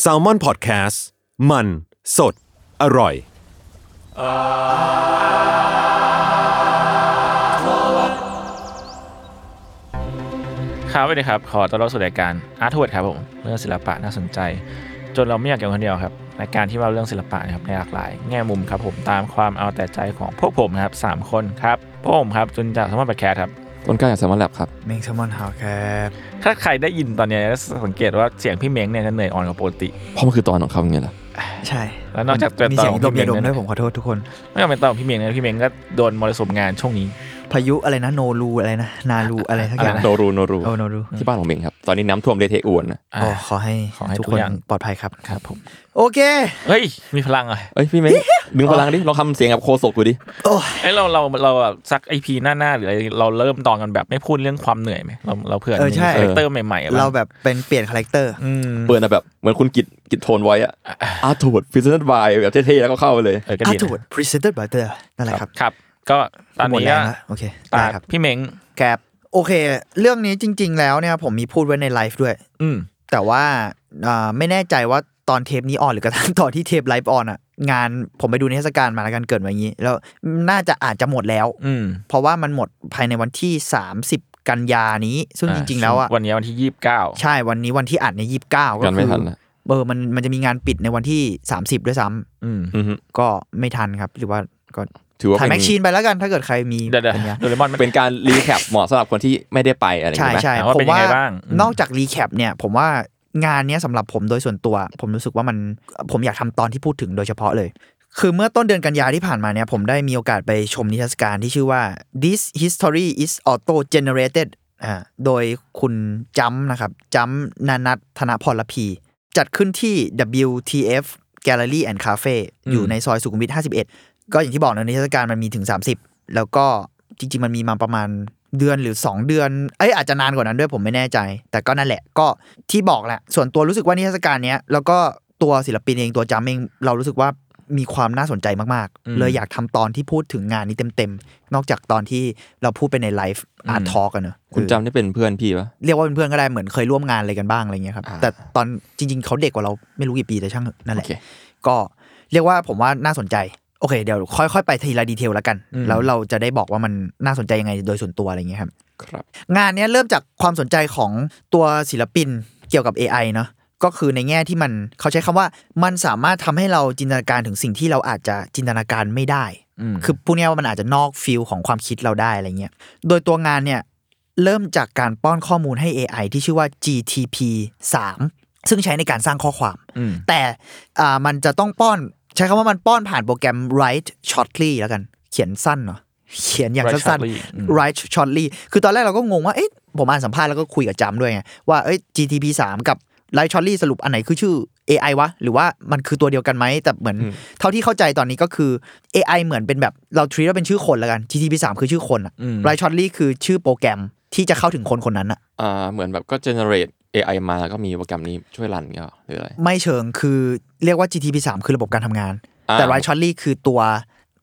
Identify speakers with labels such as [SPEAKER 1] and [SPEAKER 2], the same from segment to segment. [SPEAKER 1] แซลมอนพอดแคสต์มันสดอร่อย
[SPEAKER 2] ครับสวัสดีครับ ขอต้อนรับสู่รายการอาร์ทเวิร์ดครับผม เรื่องศิลปะน่าสนใจ จนเราไม่อยากอยู่คนเดียวครับรายการที่เราเรื่องศิลปะนะครับในหลากหลาย แง่มุมครับผมตามความเอาแต่ใจของพวกผมนะครับสามคนครับพวกผมครับจุนจากสมอร์ตแคร์ครับ
[SPEAKER 3] ต้นกล้าจากสมอนแลบครับ
[SPEAKER 4] เมงแซลมอนหาวครับ
[SPEAKER 2] ถ้าใครได้ยินตอนเนี้ยจะสังเกตว่าเสียงพี่เม้งเนี่ยจะเหนื่อยอ่อนกว่าปกติ
[SPEAKER 3] เพราะมันคือตอนของเขาไงล่ะ
[SPEAKER 4] ใช่
[SPEAKER 2] แล้วนอกจาก
[SPEAKER 4] มีเสียง
[SPEAKER 2] ตัว
[SPEAKER 4] ด
[SPEAKER 2] ต่อ
[SPEAKER 4] มยาดม
[SPEAKER 2] ของพี่เม้งด้
[SPEAKER 4] ด้
[SPEAKER 2] ว
[SPEAKER 4] วย ยผมขอโทษทุกคน
[SPEAKER 2] ไม่ต้องเป็นตอนของพี่เม้งนะพี่เม้งก็โดนมรสุมงานช่วงนี้
[SPEAKER 4] พายุอะไรนะโนรูอะไรนะ นารูอะไรทักอย่าง
[SPEAKER 3] โนรูโนรู
[SPEAKER 4] โอ้โนรู
[SPEAKER 3] ที่บ้านของเบงครับ ตอนนี้น้ำท่วมเละเทะอวนนะ
[SPEAKER 2] อ่า
[SPEAKER 4] โอ้ขอให้
[SPEAKER 2] ขอให้
[SPEAKER 4] ทุก
[SPEAKER 2] ทุก
[SPEAKER 4] คน
[SPEAKER 2] อย่าง
[SPEAKER 4] ปลอดภัยครับ
[SPEAKER 2] ครับผม
[SPEAKER 4] โอเค
[SPEAKER 2] เฮ้ยมีพลังอ่ะ
[SPEAKER 3] เอ้ยพี่เมย์ดึงพลังดิลองทำเสียงกับโคศกดูดิ
[SPEAKER 2] ไอยเราเราเราแบบสักไอพีหน้าๆหรืออะไรเราเริ่มตอนกันแบบไม่พูดเรื่องความเหนื่อยไหมเราเราเผื่อ
[SPEAKER 4] เออ
[SPEAKER 2] มี
[SPEAKER 4] ใช่
[SPEAKER 2] คาแรคเตอร์ใหม่ๆบ้ง
[SPEAKER 4] เราแบบเป็นเปลี่ยนคาแรคเตอร์อืม
[SPEAKER 3] เปิดนะแบบเหมือนคุณกิดกิดโทนไว้อะอาร์ทวดฟิสเนตบายแบบเท่ๆแล้วก็เข้าไปเลย
[SPEAKER 2] เออก็
[SPEAKER 4] อา
[SPEAKER 2] ดีนะ
[SPEAKER 4] ถูดพรีเซนเตอร์บัตเตอร์นั่นแหละครับ
[SPEAKER 2] ครับ ก็ตอน
[SPEAKER 4] หมด
[SPEAKER 2] นี้
[SPEAKER 4] แล้
[SPEAKER 2] ก็
[SPEAKER 4] วนะโอเค
[SPEAKER 2] ตา
[SPEAKER 4] ได้ครับ
[SPEAKER 2] พี่เม้ง
[SPEAKER 4] แกบโอเค เรื่องนี้จริง ๆ แล้วเนี่ยผมมีพูดไว้ในไลฟ์ด้วย
[SPEAKER 2] อืม
[SPEAKER 4] แต่ว่าอ่าไม่แน่ใจว่าตอนเทปนี้ออนห รือกระทั่งตอนที่เทปไลฟ์ออนอ่ะ งานผมไปดูนิทรรศการมาแล้วกันเกิดมาอย่างนี้ แล้วน่าจะอาจจะหมดแล้ว
[SPEAKER 2] อืม
[SPEAKER 4] เพราะว่ามันหมดภายในวันที่ 30 กันยานี้ ซึ่งจริง ๆ แล้วอ่ะ
[SPEAKER 2] วันนี้วันที่ยี่สิบเก้า
[SPEAKER 4] ใช่วันนี้วันที่อัดในยี่สิบเก้า
[SPEAKER 3] กั
[SPEAKER 4] ก็
[SPEAKER 3] น
[SPEAKER 4] คื
[SPEAKER 3] ไม่
[SPEAKER 4] อ
[SPEAKER 3] ทันนะ
[SPEAKER 4] เออมันมันจะมีงานปิดในวันที่ 30 ด้วยซ้ำ
[SPEAKER 2] อืม
[SPEAKER 3] อือฮึ
[SPEAKER 4] ก็ไม่ทันครับ หรือว่าก็
[SPEAKER 3] ถือว่า
[SPEAKER 4] ถ่าย
[SPEAKER 3] เป็
[SPEAKER 4] แม็ก
[SPEAKER 3] น
[SPEAKER 4] ชีนไปแล้วกันถ้าเกิดใครมี
[SPEAKER 2] เดี๋ยวเดี๋ยว
[SPEAKER 4] ป็นไง
[SPEAKER 2] โดเรมอนมัน
[SPEAKER 3] เป็นการรีแคปเหมาะสำหรับคนที่ไม่ได้ไปอะไรอย่าง
[SPEAKER 4] ใช่
[SPEAKER 3] เงี้ย
[SPEAKER 4] ใช่
[SPEAKER 2] ว่า
[SPEAKER 4] ผ
[SPEAKER 2] เป็นยัง
[SPEAKER 4] มว่า
[SPEAKER 2] ไงบ้างอืม
[SPEAKER 4] นอกจากรีแคปเนี่ย ผมว่างานเนี้ยสำหรับผมโดยส่วนตัว ผมรู้สึกว่ามันผมอยากทำตอนที่พูดถึงโดยเฉพาะเลย คือเมื่อต้นเดือนกันยาที่ผ่านมาเนี่ยผมได้มีโอกาสไปชมนิทรรศการที่ชื่อว่า this history is auto generated อ่าโดยคุณจำนะครับจำนานัทธนพรลพี จัดขึ้นที่ WTF Gallery and Cafe อยู่ในซอยสุขุมวิท 51 ก็อย่างที่บอกนะนิทรรศการมันมีถึง 30 แล้วก็จริง ๆ มันมีมาประมาณเดือนหรือ 2 เดือน เอ้ยอาจจะนานกว่านั้นด้วยผมไม่แน่ใจ แต่ก็นั่นแหละก็ที่บอกแหละ ส่วนตัวรู้สึกว่านิทรรศการเนี้ย แล้วก็ตัวศิลปินเองตัวจำเองเรารู้สึกว่ามีความน่าสนใจมาก
[SPEAKER 2] อืม
[SPEAKER 4] ๆ เลยอยากทำตอนที่พูดถึงงานนี้เต็มๆนอกจากตอนที่เราพูดไปในไลฟ์อาร์ทอกันเนอะ
[SPEAKER 3] คุณจำได้เป็นเพื่อนพี่ปะ
[SPEAKER 4] เรียกว่าเป็นเพื่อนก็ได้เหมือนเคยร่วมงานอะไรกันบ้างอะไรเงี้ยครับ
[SPEAKER 3] อ่า
[SPEAKER 4] แต่ตอนจริง ๆ เขาเด็กกว่าเราไม่รู้กี่ปีแต่ช่างเถอะนั่นแหละ
[SPEAKER 3] โอเค
[SPEAKER 4] ก็เรียกว่าผมว่าน่าสนใจ โอเค เดี๋ยวค่อยๆ ไปทีละดีเทลแล้วกัน แล้วเราจะได้บอกว่ามันน่าสนใจยังไงโดยส่วนตัวอะไรเงี้ยครับ
[SPEAKER 3] ครับ
[SPEAKER 4] งานเนี้ยเริ่มจากความสนใจของตัวศิลปินเกี่ยวกับ AI เนาะก็คือในแง่ที่มันเขาใช้คำว่ามันสามารถทำให้เราจินตนาการถึงสิ่งที่เราอาจจะจินตนาการไม่ได้
[SPEAKER 2] อืม
[SPEAKER 4] คือพูดง่ายๆว่ามันอาจจะนอกฟิลของความคิดเราได้อะไรเงี้ย โดยตัวงานเนี่ยเริ่มจากการป้อนข้อมูลให้ AI ที่ชื่อว่า GTP 3 ซึ่งใช้ในการสร้างข้อความ
[SPEAKER 2] อืม
[SPEAKER 4] แต่อ่ามันจะต้องป้อนใช้คำว่ามันป้อนผ่านโปรแกรม Write Shortly แล้วกัน เขียนสั้นเนาะเขียนอย่างสั้
[SPEAKER 2] ไรชา
[SPEAKER 4] น
[SPEAKER 2] ร์ลีอืม
[SPEAKER 4] ๆ Write Shortly คือตอนแรกเราก็งงว่าเอ๊ะผมอ่านสัมภาษณ์แล้วก็คุยกับจำด้วยไงว่าเอ้ย GTP 3 กับ Write Shortly สรุปอันไหนคือชื่อ AI วะ หรือว่ามันคือตัวเดียวกันไหมแต่เหมือน เท่าที่เข้าใจตอนนี้ก็คือ AI เหมือนเป็นแบบเราทรีตว่าเป็นชื่อคนแล้วกัน GTP 3 คือชื่อคนอะ
[SPEAKER 2] อืม
[SPEAKER 4] Write Shortly คือชื่อโปรแกรมที่จะเข้าถึงคนคนนั้นอะ
[SPEAKER 3] อ่าเหมือนแบบก็เจเนเรต AI มาแล้วก็มีโปรแกรมนี้ช่วยรันเงี้ยเหรอหรืออะไร
[SPEAKER 4] ไม่เชิงคือเรียกว่า GTP 3 คือระบบการทำงาน
[SPEAKER 3] อ่า
[SPEAKER 4] แต่ Right Shortly คือตัว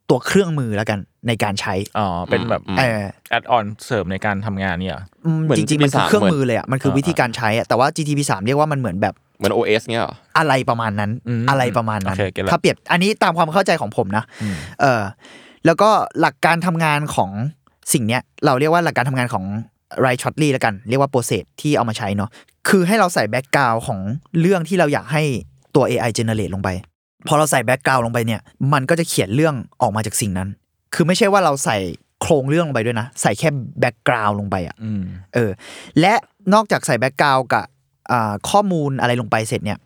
[SPEAKER 4] ตัวเครื่องมือแล้วกันในการใช้
[SPEAKER 2] อ๋อเป็นแบบ
[SPEAKER 4] เออ
[SPEAKER 2] แอดออนเสริมในการทำงานเนี่ยเหรอ
[SPEAKER 4] อืม
[SPEAKER 3] เหมือน
[SPEAKER 4] จริง ๆ มันคือ
[SPEAKER 3] GTP3
[SPEAKER 4] เครื่องมือเลยอ่ะ มันคือวิธีการใช้อ่ะ แต่ว่า GTP 3 เรียกว่ามันเหมือนแบบ
[SPEAKER 3] เหมือน OS เงี้ยเหรอ
[SPEAKER 4] อะไรประมาณนั้น
[SPEAKER 2] อืม
[SPEAKER 4] อะไรประมาณนั้น
[SPEAKER 2] โอเคเก็ตละ
[SPEAKER 4] ถ้าเปรียบอันนี้ตามความเข้าใจของผมนะ
[SPEAKER 2] อืม
[SPEAKER 4] เออแล้วก็หลักการทำงานของสิ่งเนี้ยเราเรียกว่าหลักการทำงานของไรช็อตลี่ละกัน เรียกว่าโปรเซสที่เอามาใช้เนาะ คือให้เราใส่แบ็กกราวของเรื่องที่เราอยากให้ตัว AI generate ลงไป พอเราใส่แบ็กกราวลงไปเนี่ย มันก็จะเขียนเรื่องออกมาจากสิ่งนั้น คือไม่ใช่ว่าเราใส่โครงเรื่องลงไปด้วยนะ ใส่แค่แบ็กกราวลงไปอะ
[SPEAKER 2] อืม
[SPEAKER 4] เออและนอกจากใส่แบ็กกราวด์กับอ่าข้อมูลอะไรลงไปเสร็จเนี่ย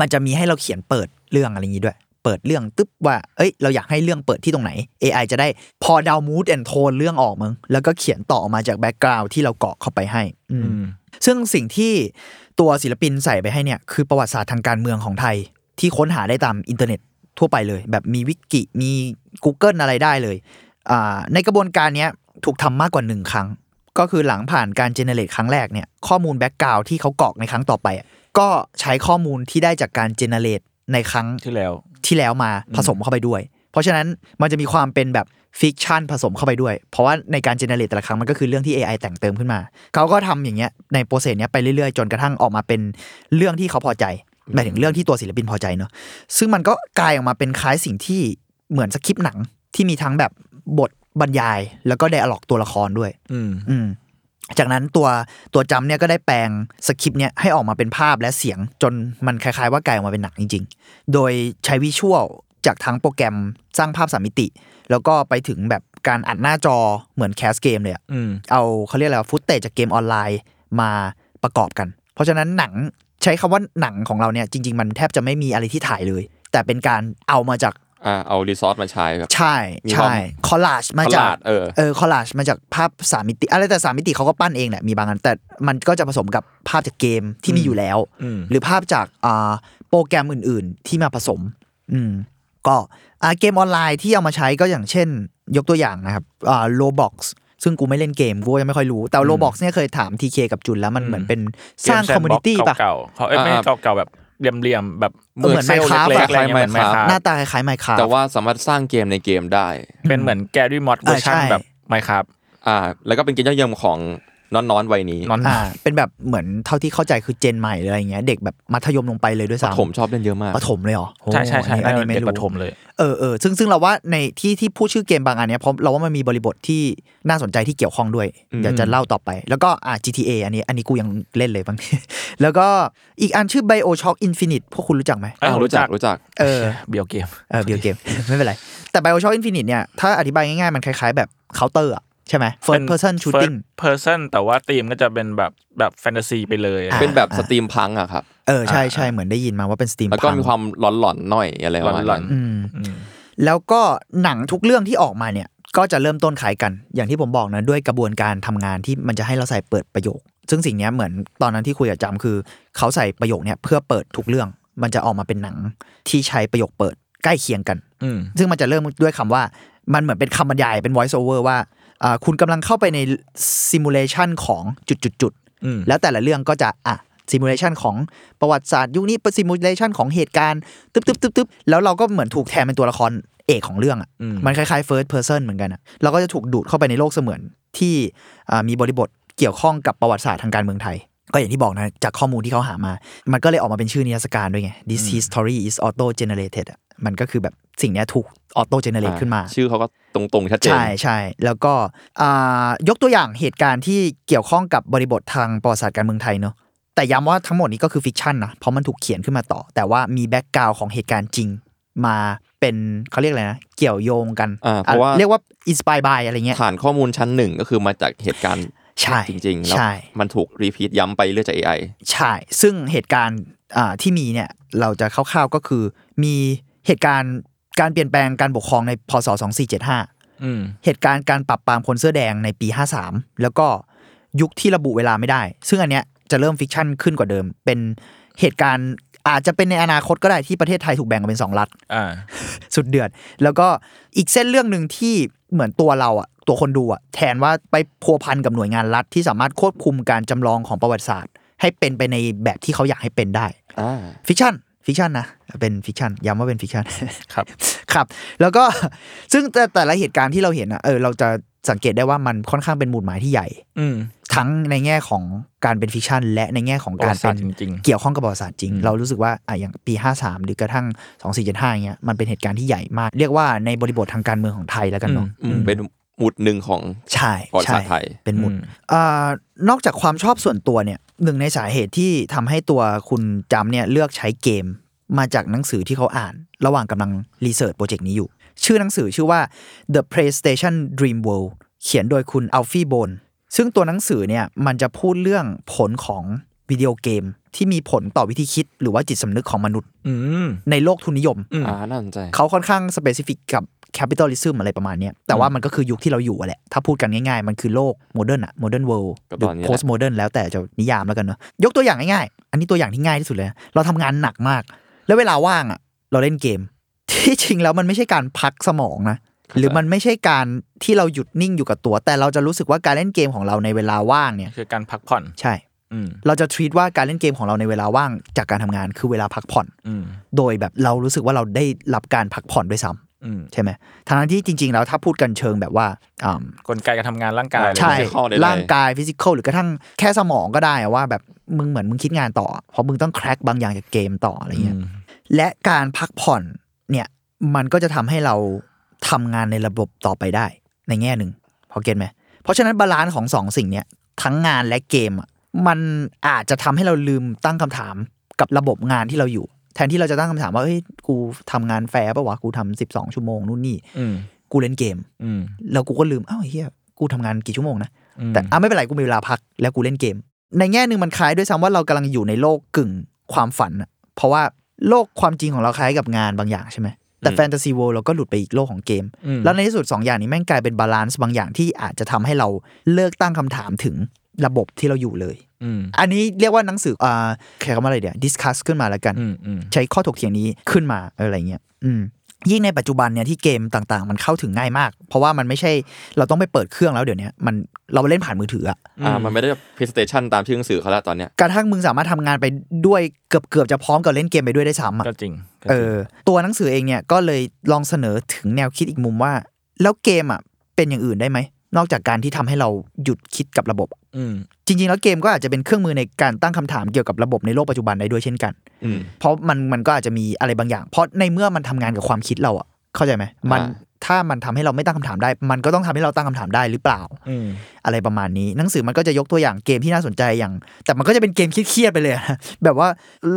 [SPEAKER 4] มันจะมีให้เราเขียนเปิดเรื่องอะไรอย่างนี้ด้วย เปิดเรื่องตึ๊บว่า เอ้ย เราอยากให้เรื่องเปิดที่ตรงไหน AI จะได้พอเดามูดแอนโทนเรื่องออกมึง แล้วก็เขียนต่อออกมาจากแบ็กกราวด์ที่เราเกาะเข้าไปให้อืม
[SPEAKER 2] อืม
[SPEAKER 4] ซึ่งสิ่งที่ตัวศิลปินใส่ไปให้เนี่ย คือประวัติศาสตร์ทางการเมืองของไทย ที่ค้นหาได้ตามอินเทอร์เน็ตทั่วไปเลย แบบมีวิกิมี Google อะไรได้เลย อ่าในกระบวนการเนี้ยถูกทำมากกว่าหนึ่งครั้ง ก็คือหลังผ่านการเจเนเรตครั้งแรกเนี่ยข้อมูลแบ็กกราวที่เขากรอกในครั้งต่อไปอะก็ใช้ข้อมูลที่ได้จากการเจเนเรตในครั้ง
[SPEAKER 2] ที่แล้ว
[SPEAKER 4] ที่แล้วมาผสมเข้าไปด้วย เพราะฉะนั้นมันจะมีความเป็นแบบฟิกชันผสมเข้าไปด้วย เพราะว่าในการเจเนเรตแต่ละครั้งมันก็คือเรื่องที่ AI แต่งเติมขึ้นมา เขาก็ทำอย่างเงี้ยในโปรเซสเนี้ยไปเรื่อยๆ จนกระทั่งออกมาเป็นเรื่องที่เขาพอใจหมายถึงเรื่องที่ตัวศิลปินพอใจเนอะ ซึ่งมันก็กลายออกมาเป็นคล้ายสิ่งที่เหมือนสคริปต์หนังที่มีทั้งแบบบทบรรยาย แล้วก็ไดอะล็อกตัวละครด้วย
[SPEAKER 2] อืม
[SPEAKER 4] อืม จากนั้นตัวตัวจำเนี่ยก็ได้แปลงสคริปต์เนี่ยให้ออกมาเป็นภาพและเสียง จนมันคล้ายๆว่ากลายออกมาเป็นหนังจริง ๆ โดยใช้วิชวลจากทั้งโปรแกรมสร้างภาพสามมิติ แล้วก็ไปถึงแบบการอัดหน้าจอเหมือนแคสเกมเลยอะ
[SPEAKER 2] อืม
[SPEAKER 4] เอาเขาเรียกอะไรฟุตเตจจากเกมออนไลน์มาประกอบกัน เพราะฉะนั้นหนังใช้คำว่าหนังของเราเนี่ยจริง ๆ มันแทบจะไม่มีอะไรที่ถ่ายเลย แต่เป็นการเอามาจาก
[SPEAKER 3] อ่าเอารีซอสมาใช้แบบ
[SPEAKER 4] ใช่
[SPEAKER 3] มีความ
[SPEAKER 4] ใช่คอลลาจมาจาก
[SPEAKER 3] collage เออ
[SPEAKER 4] เออคอลลาจมาจากภาพสามมิติอะไรแต่สามมิติเขาก็ปั้นเองแหละมีบางอันแต่มันก็จะผสมกับภาพจากเกมที่มีอยู่แล้ว
[SPEAKER 2] อืม
[SPEAKER 4] หรือภาพจากอ่าโปรแกรมอื่น ๆ ที่มาผสม อืมก็อ่าเกมออนไลน์ที่เอามาใช้ก็อย่างเช่น ยกตัวอย่างนะครับอ่าโลบ็อกซ์ซึ่งกูไม่เล่นเกมกูยังไม่ค่อยรู้ แต่โลบ็อกซ์เนี่ยเคยถามทีเคกับจุนแล้วมันเหมือนเป็นสร้างคอมมูนิตี้ป่ะ
[SPEAKER 2] เกม sandbox เก่าๆเขาเอ้ยไม่
[SPEAKER 3] อ่า
[SPEAKER 2] เก่าๆแบบเรียมๆแบบ
[SPEAKER 4] เหมือน Minecraft
[SPEAKER 2] เล็ก
[SPEAKER 4] อะ
[SPEAKER 2] ๆอะไรเงี้ยเหมือน Minecraft
[SPEAKER 4] หน้าตาคล้ายไมค์คา
[SPEAKER 3] แต่ว่าสามารถสร้างเกมในเกมได้
[SPEAKER 2] เป็นเหมือนแกรี่มอดเวอร์ชัน
[SPEAKER 4] อ่าใช่
[SPEAKER 2] แบบไมครับ
[SPEAKER 3] อ่า แล้วก็เป็นเกมยอดเยี่ยมของน้อนๆวัยนี้
[SPEAKER 2] นอน
[SPEAKER 4] อ่าเป็นแบบเหมือนเท่าที่เข้าใจคือเจนใหม่หรืออะไรเงี้ยเด็กแบบมัธยมลงไปเลยด้วย
[SPEAKER 3] ป
[SPEAKER 4] ซ้ำ
[SPEAKER 3] ฐมชอบเล่นเยอะมาก
[SPEAKER 4] ประถมเลยเหรอโห
[SPEAKER 2] ใช่ใช่ใช่
[SPEAKER 4] อัน
[SPEAKER 2] น
[SPEAKER 4] นี้
[SPEAKER 2] นี้
[SPEAKER 4] ไม่
[SPEAKER 2] เป็น
[SPEAKER 4] รู้
[SPEAKER 2] ปฐมเลย
[SPEAKER 4] เออเออซึ่งซึ่งเราว่าในที่ที่พูดชื่อเกมบางอันเนี้ยเพราะเราว่ามันมีบริบทที่น่าสนใจที่เกี่ยวข้องด้วย
[SPEAKER 3] อืม
[SPEAKER 4] เดี๋ยวจะเล่าต่อไป แล้วก็อ่า GTA อันนี้อันนี้กูยังเล่นเลยบางที แล้วก็อีกอันชื่อ BioShock Infinite พวกคุณรู้จักไหม
[SPEAKER 2] เอ้ย
[SPEAKER 3] อ่ารู้จักรู้จัก
[SPEAKER 4] เออ
[SPEAKER 2] เบียวเกม
[SPEAKER 4] เออเบียเกม ไม่เป็นไร แต่ BioShock Infinite เนี่ย ถ้าอธิบายง่ายๆ มันคล้ายๆ แบบเคาน์เตอร์ใช่ไหม
[SPEAKER 2] เป็
[SPEAKER 4] First
[SPEAKER 2] น
[SPEAKER 4] Person Shooting
[SPEAKER 2] first person แต่ว่าธีมก็จะเป็นแบบแบบแฟนตาซีไปเลย
[SPEAKER 4] อ่ะ
[SPEAKER 3] เป็นแบบสตรีมพังอะครับ
[SPEAKER 4] เออใช่ใช่เหมือนได้ยินมาว่าเป็นสตรีม
[SPEAKER 3] แล้วก็มีความหลอนๆหน่อยอะไรประมาณ
[SPEAKER 2] หลอ
[SPEAKER 3] นั้น น
[SPEAKER 2] ๆ
[SPEAKER 4] อืมแล้วก็หนังทุกเรื่องที่ออกมาเนี่ย ก็จะเริ่มต้นขายกัน อย่างที่ผมบอกนะ ด้วยกระบวนการทำงานที่มันจะให้เราใส่เปิดประโยค ซึ่งสิ่งเนี้ยเหมือนตอนนั้นที่คุยกับจำคือ เขาใส่ประโยคเนี่ยเพื่อเปิดทุกเรื่อง มันจะออกมาเป็นหนังที่ใช้ประโยคเปิดใกล้เคียงกัน
[SPEAKER 2] อืม
[SPEAKER 4] ซึ่งมันจะเริ่มด้วยคำว่ามันเหมือนเป็นคำบรรยายเป็น voice over ว่าอ่าคุณกำลังเข้าไปใน simulation ของจุดจุดจุดๆๆ
[SPEAKER 2] อืม
[SPEAKER 4] แล้วแต่ละเรื่องก็จะอ่ะ simulation ของประวัติศาสตร์ยุคนี้ simulation ของเหตุการณ์ตึ๊บตึ๊บตึ๊บตึ๊บแล้วเราก็เหมือนถูกแทนเป็นตัวละครเอกของเรื่องอ่ะมันคล้ายๆ first person เหมือนกันอ่ะเราก็จะถูกดูดเข้าไปในโลกเสมือนที่อ่ามีบริบทเกี่ยวข้องกับประวัติศาสตร์ทางการเมืองไทย ก็อย่างที่บอกนะ จากข้อมูลที่เขาหามา มันก็เลยออกมาเป็นชื่อนิทรรศการด้วยไง this history is auto generated อะมันก็คือแบบสิ่งเนี้ยถูกออโต้เจเนเรต
[SPEAKER 3] อ่า
[SPEAKER 4] ขึ้นมา
[SPEAKER 3] ชื่อเขาก็ตรงๆชัดเจน
[SPEAKER 4] ใช่ใช่แล้วก็อ่ายกตัวอย่างเหตุการณ์ที่เกี่ยวข้องกับบริบททางประวัติศาสตร์การเมืองไทยเนอะแต่ย้ำว่าทั้งหมดนี้ก็คือฟิกชันนะเพราะมันถูกเขียนขึ้นมาต่อ แต่ว่ามีแบ็กกราวของเหตุการณ์จริง มาเป็นเขาเรียกอะไรนะ เกี่ยวโยงกัน
[SPEAKER 3] อ่าเพราะว่า
[SPEAKER 4] เรียกว่าอินสปายบายอะไรเงี้ย
[SPEAKER 3] ฐานข้อมูลชั้นหนึ่งก็คือมาจากเหตุการณ์
[SPEAKER 4] ใช่
[SPEAKER 3] จริงๆแล้ว
[SPEAKER 4] ใช่
[SPEAKER 3] มันถูกรีพีทย้ำไปเรื่อยจาก AI
[SPEAKER 4] ใช่ ซึ่งเหตุการณ์อ่าที่มีเนี่ย เราจะคร่าวๆก็คือ มีเหตุการณ์การเปลี่ยนแปลงการปกครองในพศ 2475
[SPEAKER 2] อืม
[SPEAKER 4] เหตุการณ์การปรับปรามคนเสื้อแดงในปี 53 แล้วก็ยุคที่ระบุเวลาไม่ได้ ซึ่งอันเนี้ยจะเริ่มฟิกชันขึ้นกว่าเดิม เป็นเหตุการณ์อาจจะเป็นในอนาคตก็ได้ที่ประเทศไทยถูกแบ่งออกเป็น 2 รัฐ
[SPEAKER 2] อ่า
[SPEAKER 4] สุดเดือด แล้วก็อีกเส้นเรื่องหนึ่งที่เหมือนตัวเราอะตัวคนดูอะแทนว่าไปพัวพันกับหน่วยงานรัฐที่สามารถควบคุมการจำลองของประวัติศาสตร์ ให้เป็นไปในแบบที่เขาอยากให้เป็นได้
[SPEAKER 3] อ่า
[SPEAKER 4] ฟิกชันฟิกชันนะ เป็นฟิกชันย้ำว่าเป็นฟิกชัน
[SPEAKER 2] ครับ
[SPEAKER 4] ครับ แล้วก็ ซึ่งแต่แต่ละเหตุการณ์ที่เราเห็นอะเออเราจะสังเกตได้ว่ามันค่อนข้างเป็นหมุดหมายที่ใหญ่
[SPEAKER 2] อืม
[SPEAKER 4] ทั้งในแง่ของการเป็นฟิกชันและในแง่ของการ
[SPEAKER 2] ประวัติศา
[SPEAKER 4] เป็
[SPEAKER 2] สตร์
[SPEAKER 4] น
[SPEAKER 2] จริงๆ
[SPEAKER 4] เกี่ยวข้องกับประวัติศาสตร์จริง เรารู้สึกว่าอ่ะอย่างปี 53 หรือกระทั่ง 2475เงี้ยมันเป็นเหตุการณ์ที่ใหญ่มาก เรียกว่าในบริบททางการเมืองของไทยแล้วกันเนาะ
[SPEAKER 3] อืมเป็น หมุดหนึ่งของ
[SPEAKER 4] ใช่
[SPEAKER 3] ประวัติศาส
[SPEAKER 4] ใช่
[SPEAKER 3] ตร์ไทย
[SPEAKER 4] เป็นหมุด
[SPEAKER 2] อืม
[SPEAKER 4] อ่านอกจากความชอบส่วนตัวเนี่ยหนึ่งในสาเหตุที่ทำให้ตัวคุณจำเนี่ยเลือกใช้เกมมาจากหนังสือที่เขาอ่าน ระหว่างกำลังรีเสิร์ชโปรเจกต์นี้อยู่ ชื่อหนังสือชื่อว่า The PlayStation Dream World เขียนโดยคุณอัลฟี่โบนซึ่งตัวหนังสือเนี่ยมันจะพูดเรื่องผลของวิดีโอเกม ที่มีผลต่อวิธีคิด หรือว่าจิตสำนึกของมนุษย์
[SPEAKER 2] อืม
[SPEAKER 4] ในโลกทุนนิยม
[SPEAKER 3] อ่าน่าสนใจ
[SPEAKER 4] เขาค่อนข้างสเปซิฟิกกับแคปิตอลิซึมอะไรประมาณเนี้ยแต่ว่ามันก็คือยุคที่เราอยู่อะแหละ ถ้าพูดกันง่ายๆ มันคือโลกโมเดิร์นอะโมเดิร์นเวิลด์หรือโพสต์โมเดิร์นแล้วแต่จะนิยามแล้วกันเนอะยกตัวอย่างง่ายๆ อันนี้ตัวอย่างที่ง่ายที่สุดเลยนะเราทำงานหนักมาก แล้วเวลาว่างอะเราเล่นเกม ที่จริงแล้วมันไม่ใช่การพักสมองนะ หรือมันไม่ใช่การที่เราหยุดนิ่งอยู่กับตัว แต่เราจะรู้สึกว่าการเล่นเกมของเราในเวลาว่างเนี่ย
[SPEAKER 2] คือการพักผ่อน
[SPEAKER 4] ใช่
[SPEAKER 2] อืม
[SPEAKER 4] เราจะ treat ว่าการเล่นเกมของเราในเวลาว่างจากการทำงานคือเวลาพักผ่อน
[SPEAKER 2] อืม
[SPEAKER 4] โดยแบบเรารู้สึกว่าเราได้รับการพักผ่อนด้วยซ้ำ
[SPEAKER 2] อืม
[SPEAKER 4] ใช่ไหมทั้งที่จริงๆ แล้วถ้าพูดกันเชิงแบบว่าอ่ำ
[SPEAKER 2] กลไกการทำงานร่างกายเลย
[SPEAKER 4] ใช่
[SPEAKER 3] ข้อใดๆ
[SPEAKER 4] ร่างกายฟิสิกอลหรือกระทั่งแค่สมองก็ได้อะว่าแบบมึงเหมือนมึงคิดงานต่อ เพราะมึงต้องแครกบางอย่างจากเกมต่ออะไร
[SPEAKER 2] อื
[SPEAKER 4] เงี้ย
[SPEAKER 2] ม
[SPEAKER 4] และการพักผ่อนเนี่ยมันก็จะทำให้เราทำงานในระบบต่อไปได้ในแง่หนึ่งพอเก็ตไหมเพราะฉะนั้นบาลานซ์ของสองสิ่งเนี้ยทั้งงานและเกมอะมันอาจจะทำให้เราลืมตั้งคำถามกับระบบงานที่เราอยู่ แทนที่เราจะตั้งคำถามว่าเฮ้ยกูทำงานแฟร์ปะวะกูทำสิบสองชั่วโมงนู่นนี่
[SPEAKER 2] อืม
[SPEAKER 4] กูเล่นเกม
[SPEAKER 2] อืม
[SPEAKER 4] แล้วกูก็ลืมอ้าวเฮียกูทำงานกี่ชั่วโมงนะ
[SPEAKER 2] อืม
[SPEAKER 4] แต่อ่ะไม่เป็นไรกูมีเวลาพักแล้วกูเล่นเกม ในแง่หนึ่งมันคล้ายด้วยซ้ำว่าเรากำลังอยู่ในโลกกึ่งความฝันอะเพราะว่าโลกความจริงของเราคล้ายกับงานบางอย่างใช่ไหมแต่แฟนตาซี o r l d เราก็หลุดไปอีกโลกของเกม
[SPEAKER 2] อืม
[SPEAKER 4] แล้วในที่สุด 2 อย่างนี้แม่งกลายเป็นบาลานซ์บางอย่างที่อาจจะทำให้เราเลิกตั้งคำถามถึงระบบที่เราอยู่เลย
[SPEAKER 2] อืม
[SPEAKER 4] อันนี้เรียกว่าหนังสืออ่าแขกคำว่าอะไรเดี๋ยวดิสคัสขึ้นมาแล้วกัน
[SPEAKER 2] อืมอืม
[SPEAKER 4] ใช้ข้อถกเถียงนี้ขึ้นมาอะไรเงี้ย อืม ยิ่งในปัจจุบันเนี่ยที่เกมต่างๆ มันเข้าถึงง่ายมาก เพราะว่ามันไม่ใช่เราต้องไปเปิดเครื่องแล้วเดี๋ยวเนี้ยมันเราเล่นผ่านมือถืออะ
[SPEAKER 3] อ่ามันไม่ได้ PlayStation ตามชื่อหนังสือเขาแล้วตอนเนี้ย
[SPEAKER 4] กระทั่งมึงสามารถทำงานไปด้วยเกือบเกือบๆจะพร้อมกับเล่นเกมไปด้วยได้ซ้ำอะ
[SPEAKER 2] ก็จริงก็จ
[SPEAKER 4] เอ
[SPEAKER 2] ริง
[SPEAKER 4] อ ตัวหนังสือเองเนี่ยก็เลยลองเสนอถึงแนวคิดอีกมุมว่า แล้วเกมอะเป็นอย่างอื่นได้ไหมนอกจากการที่ทำให้เราหยุดคิดกับระบบ
[SPEAKER 2] อืม
[SPEAKER 4] จริง ๆ แล้วเกมก็อาจจะเป็นเครื่องมือในการตั้งคำถามเกี่ยวกับระบบในโลกปัจจุบันได้ด้วยเช่นกัน
[SPEAKER 3] อืม
[SPEAKER 4] เพราะมันมันก็อาจจะมีอะไรบางอย่าง เพราะในเมื่อมันทำงานกับความคิดเราอะเข้าใจไหมมัน
[SPEAKER 3] อ่า
[SPEAKER 4] ถ้ามันทำให้เราไม่ตั้งคำถามได้ มันก็ต้องทำให้เราตั้งคำถามได้หรือเปล่า
[SPEAKER 2] อืม
[SPEAKER 4] อะไรประมาณนี้ หนังสือมันก็จะยกตัวอย่างเกมที่น่าสนใจอย่าง แต่มันก็จะเป็นเกมเครียดๆไปเลยอะ แบบว่า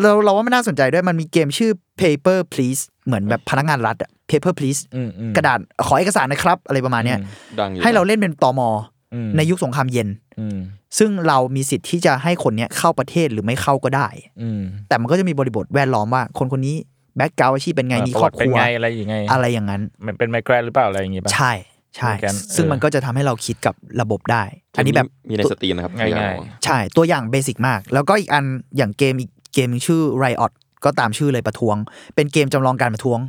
[SPEAKER 4] เราเราว่ามันน่าสนใจด้วยมันมีเกมชื่อ paper please เหมือนแบบพนักงานรัฐอะ paper please
[SPEAKER 2] อืมอืม
[SPEAKER 4] กระดาษขอเอกสารหนะครับ อะไรประมาณเนี้ย
[SPEAKER 3] ดังอยู่
[SPEAKER 4] ให้เราเล่นเป็นตอมอ
[SPEAKER 2] อืม
[SPEAKER 4] ในยุคสงครามเย็น
[SPEAKER 2] อืม
[SPEAKER 4] ซึ่งเรามีสิทธิ์ที่จะให้คนเนี้ยเข้าประเทศหรือไม่เข้าก็ได้
[SPEAKER 2] อืม
[SPEAKER 4] แต่มันก็จะมีบริบทแวดล้อมว่าคนคนนี้แบ็กกราวอาชีพเป็นไงมีครอบค
[SPEAKER 2] เป็น
[SPEAKER 4] รัว
[SPEAKER 2] ไงอะไรอย่างไง
[SPEAKER 4] อะไรอย่างนั้น
[SPEAKER 2] มันเป็นไมเกรนหรือเปล่าอะไรอย่างงี้ป่ะ
[SPEAKER 4] ใช่ใช่
[SPEAKER 2] เหมือนกัน
[SPEAKER 4] ซึ่ง
[SPEAKER 2] เออ
[SPEAKER 4] มันก็จะทำให้เราคิดกับระบบได้ อันนี้แบบ
[SPEAKER 3] มีในสตรีมนะครับ
[SPEAKER 2] ง่ายง่าย
[SPEAKER 4] ใช่ตัวอย่างเบสิกมาก แล้วก็อีกอันอย่างเกมอีกเกมหนึ่งชื่อ Riot ก็ตามชื่อเลยประท้วง เป็นเกมจำลองการประท้วง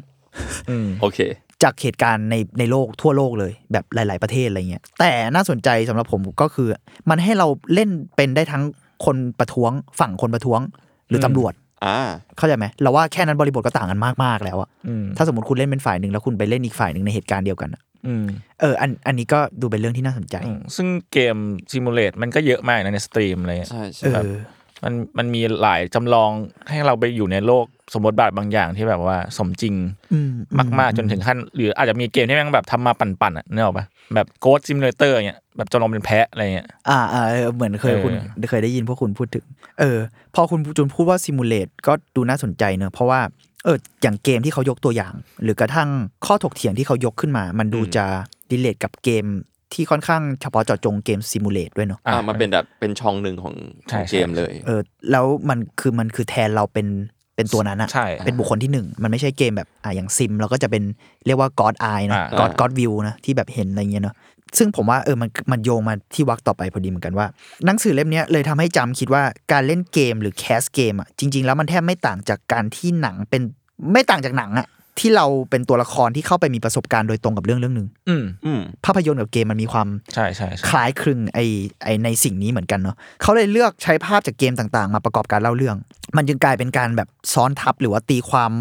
[SPEAKER 2] อืม
[SPEAKER 3] โอเค
[SPEAKER 4] จากเหตุการณ์ในในโลกทั่วโลกเลยแบบหลาย ๆประเทศอะไรเงี้ยแต่น่าสนใจสำหรับผมก็คือ มันให้เราเล่นเป็นได้ทั้งคนประท้วง ฝั่งคนประท้วง หรือตำรวจ
[SPEAKER 3] อ่า
[SPEAKER 4] เข้าใจไหมเราว่าแค่นั้นบริบทก็ต่างกันมาก ๆ แล้วอะ
[SPEAKER 2] อืม
[SPEAKER 4] ถ้าสมมติคุณเล่นเป็นฝ่ายหนึ่งแล้วคุณไปเล่นอีกฝ่ายหนึ่งในเหตุการณ์เดียวกันอะ
[SPEAKER 2] อืม
[SPEAKER 4] เออ อัน อันนี้ก็ดูเป็นเรื่องที่น่าสนใจ
[SPEAKER 2] อืมซึ่งเกมซิมูเลตมันก็เยอะมากนะในสตรีมอะไรเงี้ย
[SPEAKER 3] ใช่
[SPEAKER 4] เอ
[SPEAKER 3] ใช่
[SPEAKER 4] อ
[SPEAKER 2] มันมันมีหลายจำลองให้เราไปอยู่ในโลกสมบทบาทบางอย่างที่แบบว่าสมจริง
[SPEAKER 4] อืมอื
[SPEAKER 2] มากๆจนถึงขั้น หรืออาจจะมีเกมที่แม่งแบบทำมาปั่นๆอ่ะนึกออกปะแบบโกดซิมูเลเตอร์เงี้ยแบบจำลองเป็นแพะอะไรเงี้ย
[SPEAKER 4] อ่าอ่าเออเหมือนเคย
[SPEAKER 2] เออ
[SPEAKER 4] คุณเคยได้ยินพวกคุณพูดถึง เออ พอคุณจูนพูดว่าซิมูเลตก็ดูน่าสนใจเนอะเพราะว่า เออ อย่างเกมที่เขายกตัวอย่าง หรือกระทั่งข้อถกเถียงที่เขายกขึ้นมา มันดูจะดิเลตกับเกมที่ค่อนข้างเฉพาะเจาะจงเกมซิมูเลตด้วยเนอะ
[SPEAKER 2] อ่ะ
[SPEAKER 3] อ่ามันเป็นแบบเป็นช่องหนึ่งของ
[SPEAKER 2] ใช่
[SPEAKER 3] ของเกม
[SPEAKER 2] ใช่
[SPEAKER 3] เลย
[SPEAKER 4] เออแล้วมันคือมันคือแทนเราเป็นเป็นตัวนั้นอะ
[SPEAKER 2] ใช่
[SPEAKER 4] เป็นบุคคลที่หนึ่ง มันไม่ใช่เกมแบบอ่ะอย่างซิม เราก็จะเป็นเรียกว่า God Eye นะ
[SPEAKER 2] อ่า
[SPEAKER 4] God
[SPEAKER 3] อ่า
[SPEAKER 4] God View นะที่แบบเห็นอะไรเงี้ยเนาะซึ่งผมว่าเออมันมันโยงมาที่วักต่อไปพอดีเหมือนกันว่าหนังสือเล่มเนี้ยเลยทำให้จำคิดว่าการเล่นเกมหรือแคสเกมอะจริง ๆ แล้วมันแทบไม่ต่างจากการที่หนังเป็นไม่ต่างจากหนังอะที่เราเป็นตัวละครที่เข้าไปมีประสบการณ์โดยตรงกับเรื่องเรื่องหนึ่ง
[SPEAKER 2] อืม
[SPEAKER 3] อืม
[SPEAKER 4] ภาพยนตร์กับเกมมันมีความ
[SPEAKER 2] ใช่ใช่
[SPEAKER 4] ค
[SPEAKER 2] ใช่
[SPEAKER 4] ล้ายคลึงไอไอในสิ่งนี้เหมือนกันเนาะเขาเลยเลือกใช้ภาพจากเกมต่างๆ มาประกอบการเล่าเรื่อง มันจึงกลายเป็นการแบบซ้อนทับหรือว่าตีความ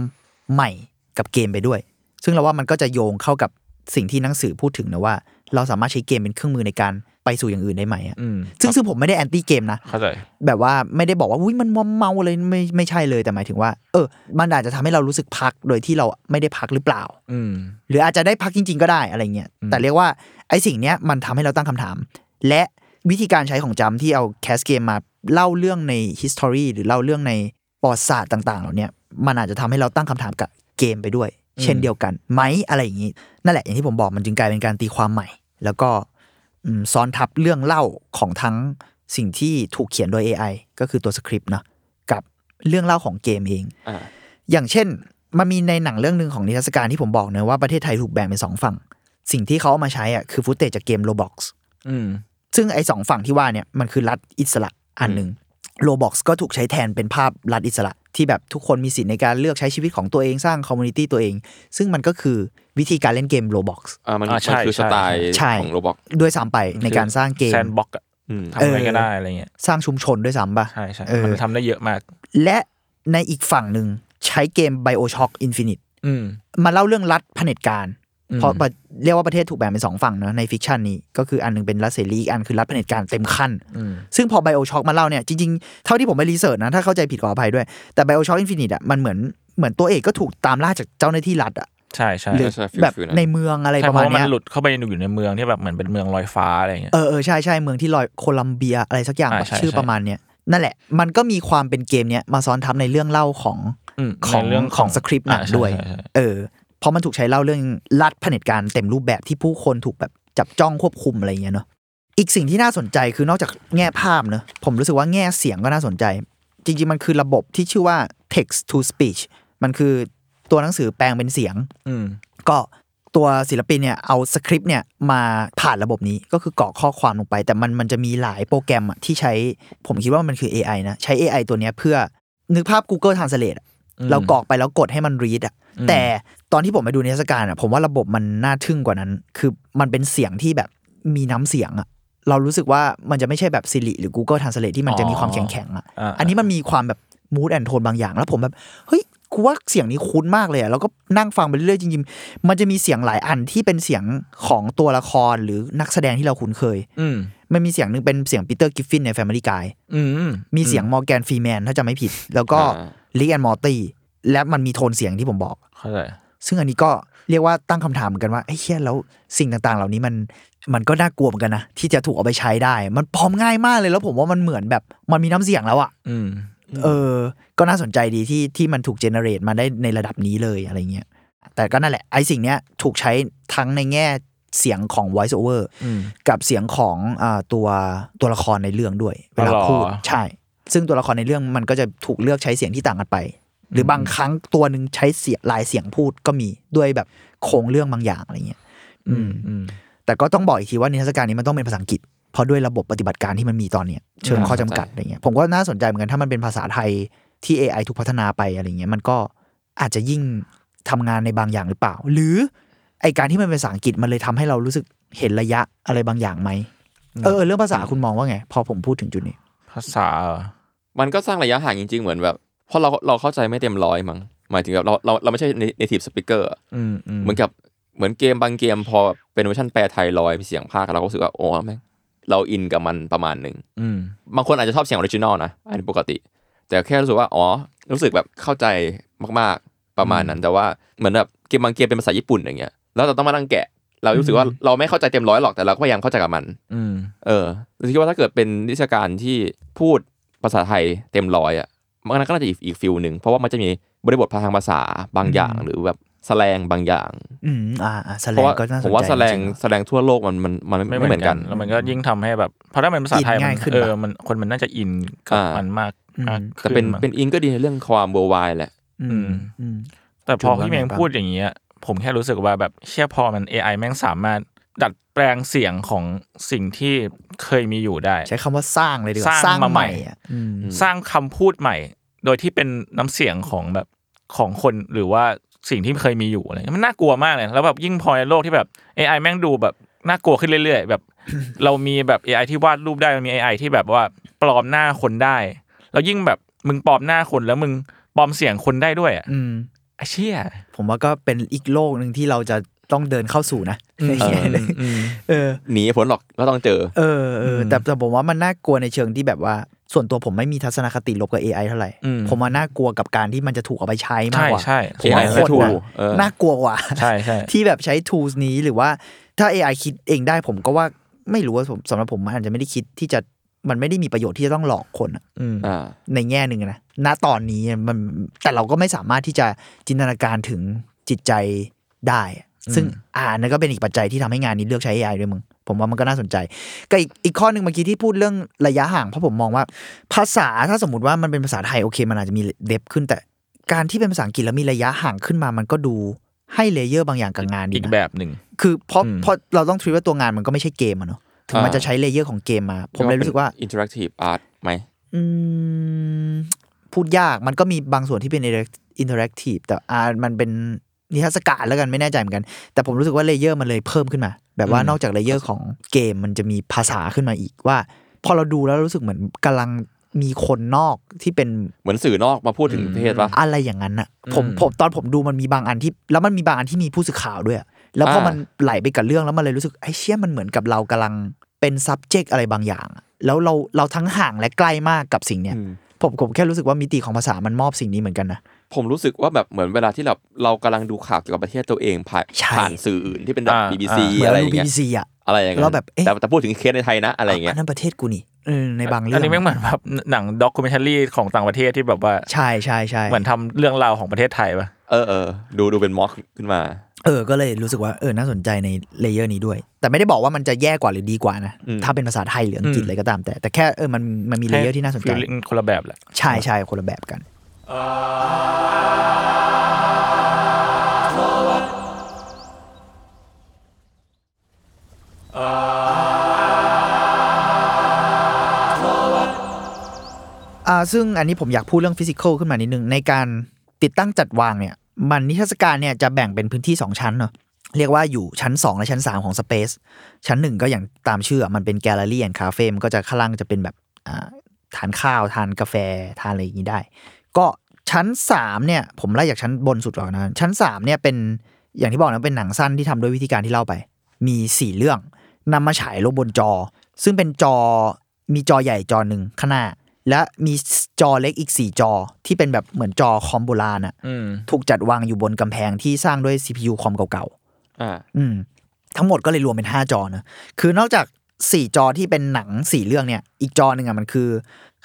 [SPEAKER 4] ใหม่กับเกมไปด้วย ซึ่งเราว่ามันก็จะโยงเข้ากับสิ่งที่หนังสือพูดถึงนะว่า เราสามารถใช้เกมเป็นเครื่องมือในการ ไปสู่อย่างอื่นได้ไหมอะ
[SPEAKER 2] อืม
[SPEAKER 4] ซึ่งซึ่งผมไม่ได้แอนตี้เกมนะ
[SPEAKER 2] เข้าใจ
[SPEAKER 4] แบบว่าไม่ได้บอกว่าอุ้ยมันมอมเมาเลยไม่ไม่ใช่เลยแต่หมายถึงว่า เออ มันอาจจะทำให้เรารู้สึกพักโดยที่เราไม่ได้พักหรือเปล่า
[SPEAKER 2] อืม
[SPEAKER 4] หรืออาจจะได้พักจริง ๆ ก็ได้อะไรเงี้ยแต่เรียกว่าไอ้สิ่งเนี้ยมันทำให้เราตั้งคำถาม และวิธีการใช้ของจำที่เอาแคสเกมมาเล่าเรื่องใน history หรือเล่าเรื่องในประวัติศาสตร์ต่าง ๆ เหล่าเนี้ยมันอาจจะทำให้เราตั้งคำถามกับเกมไปด้วย เช่นเดียวกันไหมอะไรอย่างนี้ นั่นแหละอย่างที่ผมบอกมันจึงกลายเป็นการตีความใหม่ แล้วก็อืมซ้อนทับเรื่องเล่าของทั้งสิ่งที่ถูกเขียนโดย AI ก็คือตัวสคริปต์เนาะกับเรื่องเล่าของเกมเอง
[SPEAKER 3] อ่า
[SPEAKER 4] อย่างเช่น มันมีในหนังเรื่องหนึ่งของนิทรรศการที่ผมบอกเนอะว่าประเทศไทยถูกแบ่งเป็นสองฝั่ง สิ่งที่เขาเอามาใช้อ่ะคือฟุตเตจจากเกม Roblox
[SPEAKER 2] อืม
[SPEAKER 4] ซึ่งไอ้สองฝั่งที่ว่าเนี่ยมันคือรัฐอิสระอันหนึ่ง Roblox ก็ถูกใช้แทนเป็นภาพรัฐอิสระ ที่แบบทุกคนมีสิทธิ์ในการเลือกใช้ชีวิตของตัวเองสร้างคอมมูนิตี้ตัวเอง ซึ่งมันก็คือวิธีการเล่นเกม Roblox
[SPEAKER 3] อ่ามัน
[SPEAKER 2] อ่าใช่
[SPEAKER 3] มันคือ
[SPEAKER 2] ใช่
[SPEAKER 3] สไตล์
[SPEAKER 4] ใช่
[SPEAKER 3] ของโรบอก
[SPEAKER 4] ด้วยซ้ำไปในการสร้างเกม
[SPEAKER 2] แซนบ็อกอะทำอะไรก็ได้อะไรเงี้ย
[SPEAKER 4] สร้างชุมชนด้วยซ้ำปะ
[SPEAKER 2] ใช่ใช่
[SPEAKER 4] เออ
[SPEAKER 2] มันทำได้เยอะมาก
[SPEAKER 4] และในอีกฝั่งหนึ่งใช้เกม BioShock Infinite
[SPEAKER 2] อืม
[SPEAKER 4] มาเล่าเรื่องรัฐเผด็จการ
[SPEAKER 2] อืม
[SPEAKER 4] เพราะประเรียกว่าประเทศถูกแบ่งเป็นสองฝั่งเนอะในฟิกชันนี้ ก็คืออันหนึงเป็นรัฐเสรีอีกอันคือรัฐเผด็จการเต็มขั้น
[SPEAKER 2] อืม
[SPEAKER 4] ซึ่งพอไบโอช็อ k มาเล่าเนี่ย จริง ๆ เท่าที่ผมไปรีเสิร์ชนะ ถ้าเข้าใจผิดขออภัยด้วย แต่ไบโอช็อ k อินฟินิตอ่ะมันเหมือนเหมือนตัวเอกก็ถูกตามล่าจากเจ้าหน้าที่รัฐอ่ะ
[SPEAKER 2] ใช่ใช่
[SPEAKER 4] หรือ
[SPEAKER 3] ใช่ฟิล
[SPEAKER 4] แบบ
[SPEAKER 3] ฟิล
[SPEAKER 4] ใน
[SPEAKER 3] นั้น
[SPEAKER 4] เมืองอะไร
[SPEAKER 2] ใช่
[SPEAKER 4] ป
[SPEAKER 2] เพ
[SPEAKER 4] ระ
[SPEAKER 2] ราะ
[SPEAKER 4] มาณ
[SPEAKER 2] ว่ามั
[SPEAKER 4] เนี้
[SPEAKER 2] น
[SPEAKER 4] ย
[SPEAKER 2] หลุดเข้าไปอยู่ในเมืองที่แบบเหมือนเป็นเมืองลอยฟ้าอะไรเงี้ย
[SPEAKER 4] เออเออใช่ใช่เมืองที่ลอยโคลัมเบียอะไรสักอย่าง
[SPEAKER 2] อ่า
[SPEAKER 4] แบบ
[SPEAKER 2] ใช่
[SPEAKER 4] ชื่อ
[SPEAKER 2] ใช่
[SPEAKER 4] ประมาณเนี้ยนั่นแหละมันก็มีความเป็นเกมเนี้ยมาซ้อนทับในเรื่องเล่าของ
[SPEAKER 2] ม
[SPEAKER 4] ของ
[SPEAKER 2] ในเรื่อง
[SPEAKER 4] ของสคริปต์หนัง
[SPEAKER 2] อ่าใช่
[SPEAKER 4] ด้วย
[SPEAKER 2] ใช่ใช่
[SPEAKER 4] เออเพราะมันถูกใช้เล่าเรื่องรัฐเผด็จการเต็มรูปแบบที่ผู้คนถูกแบบจับจ้องควบคุมอะไรอย่างเงี้ยเนาะอีกสิ่งที่น่าสนใจคือนอกจากแง่ภาพเนอะผมรู้สึกว่าแง่เสียงก็น่าสนใจ จริง ๆ มันคือระบบที่ชื่อว่า text to speech มันคือตัวหนังสือแปลงเป็นเสียง
[SPEAKER 2] อืม
[SPEAKER 4] ก็ตัวศิลปินเนี่ยเอาสคริปต์เนี่ยมาผ่านระบบนี้ก็คือกรอกข้อความลงไป แต่มันมันจะมีหลายโปรแกรมอะที่ใช้ผมคิดว่ามันคือ AI นะ ใช้ AI ตัวเนี้ยเพื่อนึกภาพ Google Translate อะ
[SPEAKER 2] อืม
[SPEAKER 4] เรากรอกไปแล้วกดให้มัน read อะแต่ตอนที่ผมไปดูนิทรรศการอะผมว่าระบบมันน่าทึ่งกว่านั้น คือมันเป็นเสียงที่แบบมีน้ำเสียงอะเรารู้สึกว่ามันจะไม่ใช่แบบ Siri หรือ Google Translate ที่มันจะมีความแข็งๆอะ
[SPEAKER 2] อ่า
[SPEAKER 4] อันนี้มันมีความแบบมูดแอนโทนบางอย่าง แล้วผมแบบเฮ้ยกูว่าเสียงนี้คุ้นมากเลยอะแล้วก็นั่งฟังไปเรื่อยๆจริงๆ มันจะมีเสียงหลายอันที่เป็นเสียงของตัวละครหรือนักแสดงที่เราคุ้นเคย
[SPEAKER 2] อืม
[SPEAKER 4] มันมีเสียงหนึ่งเป็นเสียงปีเตอร์กิฟฟินใน Family Guy
[SPEAKER 2] อืม
[SPEAKER 4] มีเสียงมอร์แกนฟรีแมนถ้าจะไม่ผิด แล้วก็
[SPEAKER 3] อ่า
[SPEAKER 4] ลิกแอนมอร์ตี้และมันมีโทนเสียงที่ผมบอก
[SPEAKER 2] เข้าใจ
[SPEAKER 4] ซึ่งอันนี้ก็เรียกว่าตั้งคำถามเหมือนกันว่าไอ้ยเชี่ยแล้วสิ่งต่างๆ เหล่านี้มันมันก็น่ากลัวเหมือนกันนะที่จะถูกเอาไปใช้ได้ มันพร้อมง่ายมากเลยแล้วผมว่ามันเหมือนแบบมันมีน้ำเสียงแล้วอะ
[SPEAKER 2] อืม
[SPEAKER 4] เออ ก็น่าสนใจดีที่ที่มันถูกเจเนเรตมาได้ในระดับนี้เลยอะไรเงี้ย แต่ก็นั่นแหละ ไอ้สิ่งเนี้ยถูกใช้ทั้งในแง่เสียงของ voice over
[SPEAKER 2] อืม
[SPEAKER 4] กับเสียงของอ่าตัวตัวละครในเรื่องด้วยเวลา
[SPEAKER 2] อ๋อเหรอ
[SPEAKER 4] พูดใช่ ซึ่งตัวละครในเรื่องมันก็จะถูกเลือกใช้เสียงที่ต่างกันไป หรือบางครั้งตัวหนึ่งใช้เสียงลายเสียงพูดก็มีด้วยแบบโครงเรื่องบางอย่างอะไรเงี้ยอืม
[SPEAKER 2] อืม
[SPEAKER 4] แต่ก็ต้องบอกอีกทีว่านิทรรศการนี้มันต้องเป็นภาษาอังกฤษ เพราะด้วยระบบปฏิบัติการที่มันมีตอนเนี้ยเชิงข้อจำกัดอะไรเงี้ยผมก็น่าสนใจเหมือนกันถ้ามันเป็นภาษาไทยที่ AI ถูกพัฒนาไปอะไรเงี้ยมันก็อาจจะยิ่งทำงานในบางอย่างหรือเปล่า หรือไอการที่มันเป็นภาษาอังกฤษมันเลยทำให้เรารู้สึกเห็นระยะอะไรบางอย่างไหมเออเรื่องภาษาคุณมองว่าไง พอผมพูดถึงจุดนี้
[SPEAKER 2] ภาษาเหรอ
[SPEAKER 3] มันก็สร้างระยะห่างจริง ๆ เหมือนแบบเพราะเราเราเข้าใจไม่เต็มร้อยมั้งหมายถึงแบบเราเราเราไม่ใช่ native speaker อะ
[SPEAKER 2] อืมอืม
[SPEAKER 3] เหมือนกับเหมือนเกมบางเกมพอเป็นเวอร์ชันแปลไทยร้อยมีเสียงภาคเราก็รู้สึกว่าโอ้แม่งเราอินกับมันประมาณหนึ่ง
[SPEAKER 2] อืม
[SPEAKER 3] บางคนอาจจะชอบเสียงออริจินอลนะ อันนี้ปกติ แต่แค่รู้สึกว่า อ๋อ รู้สึกแบบเข้าใจมาก ๆ ประมาณนั้น แต่ว่าเหมือนแบบเกมบางเกมเป็นภาษาญี่ปุ่นอย่างเงี้ย แล้วเราต้องมานั่งแกะ เรารู้สึกว่าเราไม่เข้าใจเต็มร้อยหรอก แต่เราก็พยายามเข้าใจกับมัน
[SPEAKER 2] อืม
[SPEAKER 3] เออรู้สึกว่าถ้าเกิดเป็นนิทรรศการที่พูดภาษาไทยเต็มร้อยอ่ะ มันก็น่าจะอีกอีกฟิลหนึ่ง เพราะว่ามันจะมีบริบททางภาษาบางอย่าง หรือแบบแสแลงบางอย่าง
[SPEAKER 4] อืมอ่าอ่าแส
[SPEAKER 3] เพ
[SPEAKER 4] ด
[SPEAKER 3] ราะ
[SPEAKER 4] ง
[SPEAKER 3] ว่า
[SPEAKER 4] ก็น่า
[SPEAKER 3] ผม
[SPEAKER 4] สนใจ
[SPEAKER 3] ว่าแสแลง
[SPEAKER 4] จริๆ
[SPEAKER 3] แสดงทั่วโลกมันมันมัน
[SPEAKER 2] ไม่
[SPEAKER 3] ไม่
[SPEAKER 2] เห
[SPEAKER 3] เห
[SPEAKER 2] มื
[SPEAKER 3] มื
[SPEAKER 2] อ
[SPEAKER 3] อนน
[SPEAKER 2] กั
[SPEAKER 3] กัน น
[SPEAKER 2] แล้วมันก็ยิ่งทำให้แบบ เพราะถ้ามันเป็นภาษาไทย
[SPEAKER 4] อิน
[SPEAKER 2] มั
[SPEAKER 4] ง่าย
[SPEAKER 2] น
[SPEAKER 4] ขึ้น
[SPEAKER 2] เอ
[SPEAKER 4] ปะ
[SPEAKER 2] อมันคนมันน่าจะอินกับ
[SPEAKER 3] อ่ามั
[SPEAKER 2] มันมาก
[SPEAKER 4] อืม
[SPEAKER 2] มาก
[SPEAKER 3] แต่เป็น
[SPEAKER 2] ขึ้มั้ง
[SPEAKER 3] เป็นอินก็ดีในเรื่องความเบอร์ไวแหละ
[SPEAKER 4] อืมอืม
[SPEAKER 2] แต่พอ
[SPEAKER 4] จุดว่า
[SPEAKER 2] พี่เมง
[SPEAKER 4] ไงบ้าง
[SPEAKER 2] พูดอย่างเงี้ยผมแค่รู้สึกว่าแบบเชื่อพอมัน AI แม่งสามารถ ดัดแปลงเสียงของสิ่งที่เคยมีอยู่ได้
[SPEAKER 4] ใช้คำว่าสร้างเลยดีกว่า
[SPEAKER 2] สร้างมาใหม่
[SPEAKER 4] อะอืม
[SPEAKER 2] สร้างคำพูดใหม่ โดยที่เป็นน้ำเสียงของแบบของคนหรือว่าสิ่งที่เคยมีอยู่อะไรเงี้ยมันน่ากลัวมากเลยแล้วแบบยิ่งพอในโลกที่แบบ AI แม่งดูแบบน่ากลัวขึ้นเรื่อย ๆ แบบ เรามีแบบ AI ที่วาดรูปได้เรามี AI ที่แบบว่าปลอมหน้าคนได้ แล้วยิ่งแบบมึงปลอมหน้าคนแล้วมึงปลอมเสียงคนได้ด้วยอ่ะ
[SPEAKER 4] อืม
[SPEAKER 2] ไอ้เชี่ย
[SPEAKER 4] ผมว่าก็เป็นอีกโลกหนึ่งที่เราจะ ต้องเดินเข้าสู่นะ
[SPEAKER 3] เออ
[SPEAKER 4] เออ
[SPEAKER 3] หนีไม่พ้นหรอกก็ต้องเจอ
[SPEAKER 4] เออเออแต่แต่ผมว่ามันน่ากลัวในเชิงที่แบบว่า ส่วนตัวผมไม่มีทัศนคติลบกับ AI เท่าไหร่
[SPEAKER 2] อืม
[SPEAKER 4] ผมว่าน่ากลัวกับการที่มันจะถูกเอาไปใช้มาก
[SPEAKER 2] ใช่
[SPEAKER 4] กว่า
[SPEAKER 2] ใช่
[SPEAKER 4] ผมว่า
[SPEAKER 3] AI
[SPEAKER 4] โค
[SPEAKER 3] และ
[SPEAKER 4] ตร
[SPEAKER 3] tool
[SPEAKER 4] น่า
[SPEAKER 3] เออ
[SPEAKER 4] น่ากลัวกว่า
[SPEAKER 2] ใช่ใช่
[SPEAKER 4] ที่แบบใช้ tools นี้หรือว่าถ้า AI คิดเองได้ผมก็ว่าไม่รู้ว่าผมสำหรับผมมันอาจจะไม่ได้คิดที่จะมันไม่ได้มีประโยชน์ที่จะต้องหลอกคนอะ
[SPEAKER 3] อ่า
[SPEAKER 4] ในแง่หนึ่งนะณตอนนี้มันแต่เราก็ไม่สามารถที่จะจินตนาการถึงจิตใจได้อะซึ่งอ่านั่นก็เป็นอีกปัจจัยที่ทำให้งานนี้เลือกใช้ AI ด้วยมึง ผมว่ามันก็น่าสนใจก็อีกอีกข้อหนึ่งเมื่อกี้ที่พูดเรื่องระยะห่างเพราะผมมองว่า ภาษาถ้าสมมติว่ามันเป็นภาษาไทยโอเค มันอาจจะมีเดบขึ้น แต่การที่เป็นภาษาอังกฤษแล้วมีระยะห่างขึ้นมา มันก็ดูให้เลเยอร์บางอย่างกับงานดี
[SPEAKER 2] อีก
[SPEAKER 4] นะ
[SPEAKER 2] แบบหนึ่ง
[SPEAKER 4] คือเพราะ
[SPEAKER 2] อืม
[SPEAKER 4] เพราะเราต้องคิดว่าตัวงานมันก็ไม่ใช่เกมอะเนาะถึงมัน
[SPEAKER 3] อ่า
[SPEAKER 4] จะใช้เลเยอร์ของเกมมา ผมเลยรู้สึกว่า
[SPEAKER 3] อินเทอร์แอคทีฟอาร์ตไหม
[SPEAKER 4] อืม พูดยากมันก็มีบางส่วนที่เป็นอินเทอร์แอคทีฟแต่อ่ามันเป็นนิทรรศการแล้วกันไม่แน่ใจเหมือนกัน แต่ผมรู้สึกว่าเลเยอร์มันเลยเพิ่มขึ้นมา แบบว่า
[SPEAKER 2] อืม
[SPEAKER 4] นอกจากเลเยอร์ของเกมมันจะมีภาษาขึ้นมาอีกว่า พอเราดูแล้วรู้สึกเหมือนกำลังมีคนนอกที่เป็น
[SPEAKER 3] เหมือนสื่อนอกมาพูดถึงประเทศปะ
[SPEAKER 4] อะไรอย่างนั้นน่ะผม
[SPEAKER 2] อืม
[SPEAKER 4] ผมตอนผมดูมันมีบางอันที่ แล้วมันมีบางอันที่มีผู้สื่อข่าวด้วยอะแล้วพอ
[SPEAKER 3] อ่ามั
[SPEAKER 4] มันไหลไปกับเรื่องแล้วมันเลยรู้สึกไอ้เชี่ยมันเหมือนกับเรากำลังเป็น subject อะไรบางอย่างอะแล้วเราเราทั้งห่างและใกล้มากกับสิ่งเนี้ย
[SPEAKER 3] อืม
[SPEAKER 4] ผมผมแค่รู้สึกว่ามิติของภาษามันมอบสิ่งนี้เหมือนกันนะ
[SPEAKER 3] ผมรู้สึกว่าแบบเหมือนเวลาที่เราเรากำลังดูข่าวเกี่ยวกับประเทศตัวเองผ่าน
[SPEAKER 4] ใช่
[SPEAKER 3] ผ่านสื่ออื่นที่เป็นแบบ
[SPEAKER 2] อ่า
[SPEAKER 3] BBC
[SPEAKER 4] เหมือน
[SPEAKER 3] อะไร
[SPEAKER 4] เรา
[SPEAKER 3] อ
[SPEAKER 4] ดู
[SPEAKER 3] ย่าง
[SPEAKER 4] บี
[SPEAKER 3] เงี้ย
[SPEAKER 4] บีซีอะ
[SPEAKER 3] อะไรอย่างเงี้ย
[SPEAKER 4] แล้วแบบเอ๊ะ
[SPEAKER 3] แต่แต่พูดถึงเคสในไทยนะอะไรอย่างเงี้ย
[SPEAKER 4] นนั้นประเทศกูนี่เออในบางเรื่
[SPEAKER 2] อั
[SPEAKER 4] อน ง
[SPEAKER 2] นี้แม่งเหมือนแบบหนังด็อก m e n t a r y ของต่างประเทศที่แบบว่า
[SPEAKER 4] ใช่ใช่ใช่
[SPEAKER 2] เหมือนทำเรื่องราวของประเทศไทยปะ
[SPEAKER 3] เออเออดูดูเป็นม็อกขึ้นมา
[SPEAKER 4] เออก็เลยรู้สึกว่าเออน่าสนใจในเลเยอร์นี้ด้วย แต่ไม่ได้บอกว่ามันจะแย่กว่าหรือดีกว่านะ
[SPEAKER 3] อืม
[SPEAKER 4] ถ้าเป็นภาษาไทยหรืออังกฤษอะไรก็ตาม แต่แต่แค่เออมันมันมีเลเยอร์ที่น่าสนใจ
[SPEAKER 2] ฟีลลิ่งคนละแบบแหละ
[SPEAKER 4] ใช่ใช่คนละแบบกัน อ่าซึ่งอันนี้ผมอยากพูดเรื่องฟิสิก a l ขึ้นมานิดนึง ในการติดตั้งจัดวางเนี่ย มันนิทรรศการเนี่ยจะแบ่งเป็นพื้นที่ 2 ชั้นเนาะเรียกว่าอยู่ชั้น 2 และชั้น 3 ของ Space ชั้น 1 ก็อย่างตามชื่ออะมันเป็นแกลเลอรี่แอนด์คาเฟ่มันก็จะข้างล่างจะเป็นแบบอ่าทานข้าว ทานกาแฟ ทานอะไรอย่างนี้ได้ ก็ชั้น 3 เนี่ย ผมไล่จากชั้นบนสุดก่อนนะ ชั้น 3 เนี่ยเป็นอย่างที่บอกนะเป็นหนังสั้นที่ทำด้วยวิธีการที่เล่าไป มี 4 เรื่องนำมาฉายลงบนจอ ซึ่งเป็นจอมีจอใหญ่จอหนึ่งข้างหน้า และมีจอเล็กอีก 4 จอที่เป็นแบบเหมือนจอคอมโบราณอะ
[SPEAKER 2] อืม
[SPEAKER 4] ถูกจัดวางอยู่บนกำแพงที่สร้างด้วย CPU คอมเก่าๆ
[SPEAKER 3] อ่า
[SPEAKER 4] อืมทั้งหมดก็เลยรวมเป็น 5 จอนะคือนอกจาก 4 จอที่เป็นหนัง 4 เรื่องเนี่ย อีกจอหนึ่งอะมันคือ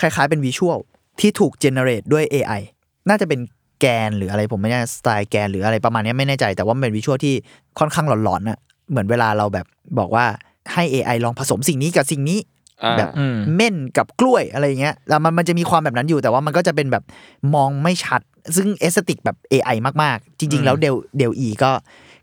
[SPEAKER 4] คล้ายๆเป็นวิชวลที่ถูกเจเนเรตด้วย AI น่าจะเป็นแกนหรืออะไรผมไม่แน่สไตล์แกนหรืออะไรประมาณเนี้ยไม่แน่ใจ แต่ว่ามันเป็นวิชวลที่ค่อนข้างหลอนๆน่ะเหมือนเวลาเราแบบบอกว่าให้ AI ลองผสมสิ่งนี้กับสิ่งนี้
[SPEAKER 3] อ่า
[SPEAKER 4] แบบ
[SPEAKER 2] อืม
[SPEAKER 4] เม่นกับกล้วยอะไรอย่างเงี้ยแล้วมันมันจะมีความแบบนั้นอยู่แต่ว่ามันก็จะเป็นแบบมองไม่ชัด ซึ่งเอสติกแบบ AI มากๆ จริง ๆ แล้วเดลเดลอีก็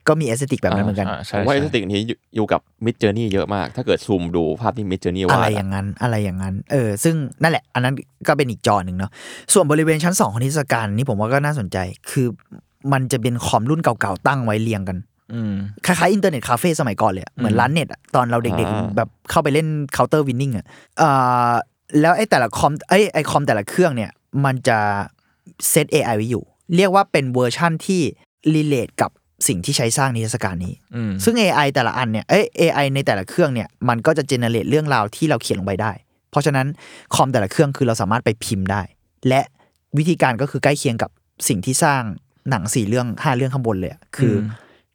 [SPEAKER 4] ก็มีเอสติกแบบนั้นเหมือนกัน
[SPEAKER 2] อ่า
[SPEAKER 3] ผ
[SPEAKER 2] ใช่
[SPEAKER 3] มว่าไอ้
[SPEAKER 2] ใช่
[SPEAKER 3] สติกนี้อยู่อยู่กับมิดเจอร์นี่เยอะมาก ถ้าเกิดซูมดูภาพที่มิดเจอร์นี่
[SPEAKER 4] อะ
[SPEAKER 3] วา
[SPEAKER 4] ไร
[SPEAKER 3] ด
[SPEAKER 4] อ
[SPEAKER 3] อะ
[SPEAKER 4] ย่างนั้นอะไรอย่างนั้น เออ ซึ่งนั่นแหละ อันนั้นก็เป็นอีกจอหนึ่งเนาะส่วนบริเวณชั้น 2 ของนิทรรศการนี่ผมว่าก็น่าสนใจ คือมันจะเป็นคอมรุ่นเก่าๆตั้งไว้เรียงกัน
[SPEAKER 2] อืม
[SPEAKER 4] คล้ายๆอินเทอร์เน็ตคาเฟ่สมัยก่อนเลยอะเหมือนร้านเน็ตอะตอนเราเด็กๆ แบบเข้าไปเล่นเคาน์เตอร์วินนิ่งอ่ะเอ่อแล้วไอ้แต่ละคอมไอ้ยไอ้คอมแต่ละเครื่องเนี่ย มันจะเซต AI ไว้อยู่ เรียกว่าเป็นเวอร์ชั่นที่รีเลทกับสิ่งที่ใช้สร้างนิทรรศการนี้
[SPEAKER 2] อืม
[SPEAKER 4] ซึ่ง AI แต่ละอันเนี่ย เอ้ย AI ในแต่ละเครื่องเนี่ย มันก็จะเจเนเรตเรื่องราวที่เราเขียนลงไปได้ เพราะฉะนั้นคอมแต่ละเครื่องคือเราสามารถไปพิมพ์ได้ และวิธีการก็คือใกล้เคียงกับสิ่งที่สร้างหนังสี่เรื่องห้าเรื่องข้างบนเลยอะคืออ
[SPEAKER 2] ม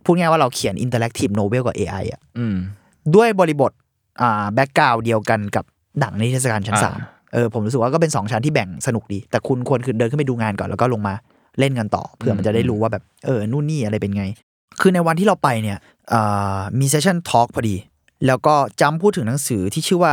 [SPEAKER 4] พูดง่ายๆว่าเราเขียนอินเตอร์แอคทีฟโนเวลกับ AI อ่ะ
[SPEAKER 2] อืม
[SPEAKER 4] ด้วยบริบทอ่าแบ็กกราวเดียวกันกับหนังในเทรรศกาลชั้น
[SPEAKER 2] อ่า
[SPEAKER 4] สามเออผมรู้สึกว่าก็เป็น 2 ชั้นที่แบ่งสนุกดี แต่คุณควรคือเดินขึ้นไปดูงานก่อนแล้วก็ลงมาเล่นกันต่อเพื่อมันจะได้รู้ว่าแบบเออนู่นนี่อะไรเป็นไง คือในวันที่เราไปเนี่ยอ่ามีเซสชั่นทอล์กพอดี แล้วก็จำพูดถึงหนังสือที่ชื่อว่า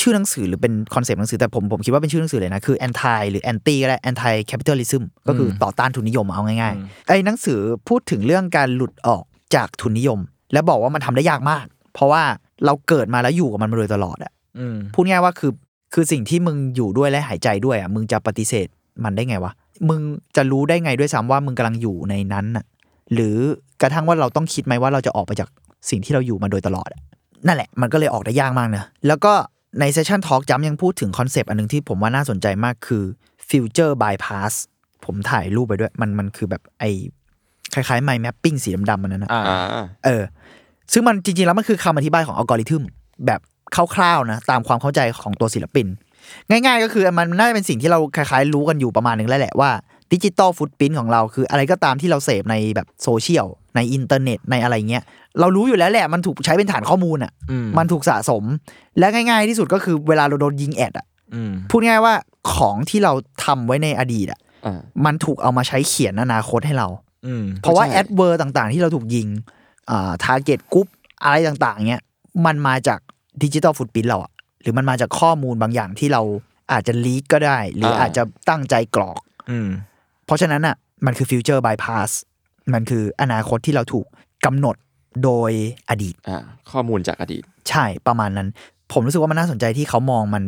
[SPEAKER 4] ชื่อหนังสือหรือเป็นคอนเซปต์หนังสือแต่ผมผมคิดว่าเป็นชื่อหนังสือเลยนะคือ anti หรือ anti ก็ได้ anti capitalism ก็คือต่อต้านทุนนิยมอะเอาง่ายๆไอ้หนังสือพูดถึงเรื่องการหลุดออกจากทุนนิยม และบอกว่ามันทำได้ยากมาก เพราะว่าเราเกิดมาแล้วอยู่กับมันมาโดยตลอดอะ
[SPEAKER 2] อืม
[SPEAKER 4] พูดง่ายว่าคือคือสิ่งที่มึงอยู่ด้วยและหายใจด้วยอ่ะมึงจะปฏิเสธมันได้ไงวะมึงจะรู้ได้ไงด้วยซ้ำว่ามึงกำลังอยู่ในนั้นน่ะหรือกระทั่งว่าเราต้องคิดไหมว่าเราจะออกไปจากสิ่งที่เราอยู่มาโดยตลอดอะนั่นแหละมันก็เลยออกได้ยากมากเนอะแล้วก็ในเซสชันทอล์กย้ำยังพูดถึงคอนเซปต์อันหนึงที่ผมว่าน่าสนใจมากคือ future bypass ผมถ่ายรูปไปด้วยมันมันคือแบบไอค คล้ายๆไมล์แมปปิ้งสีดำๆมันนั้นนะ
[SPEAKER 2] อ่า
[SPEAKER 3] อ่า
[SPEAKER 4] เออ ซึ่งมันจริงๆ แล้วมันคือคำอธิบายของอัลกอริทึมแบบคร่าวๆนะ ตามความเข้าใจของตัวศิลปิน ง่ายๆ ก็คือมันน่าจะเป็นสิ่งที่เราคล้ายๆ รู้กันอยู่ประมาณหนึงแล้วแหละว่าดิจิตอลฟุต r ิ n นของเราคืออะไรก็ตามที่เราเสพในแบบโซเชียล ในอินเทอร์เน็ตในอะไรเงี้ย เรารู้อยู่แล้วแหละ มันถูกใช้เป็นฐานข้อมูลอ่ะ
[SPEAKER 2] อืม
[SPEAKER 4] มันถูกสะสม และง่ายๆที่สุดก็คือเวลาเราโดนยิงแอดอ่ะ
[SPEAKER 2] อืม
[SPEAKER 4] พูดง่ายว่าของที่เราทำไว้ในอดีตอ่ะ
[SPEAKER 3] อ่า
[SPEAKER 4] มันถูกเอามาใช้เขียนอนาคตให้เรา
[SPEAKER 2] อืม
[SPEAKER 4] เพราะว่า
[SPEAKER 3] ใช่
[SPEAKER 4] แอดเวอร์ต่างๆ ที่เราถูกยิงทาร์เก็ตกรุ๊ปอะไรต่างๆ เนี้ย มันมาจากดิจิตอลฟุตพิ้นเราอะหรือมันมาจากข้อมูลบางอย่างที่เราอาจจะลีกก็ได้ หรืออา อาจจะตั้งใจกรอก
[SPEAKER 2] อืม
[SPEAKER 4] เพราะฉะนั้นอะมันคือฟิวเจอร์บายพาสมันคืออนาคตที่เราถูกกำหนดโดยอดีต
[SPEAKER 3] อ่า ข้อมูลจากอดีต
[SPEAKER 4] ใช่ประมาณนั้น ผมรู้สึกว่ามันน่าสนใจที่เขามองมัน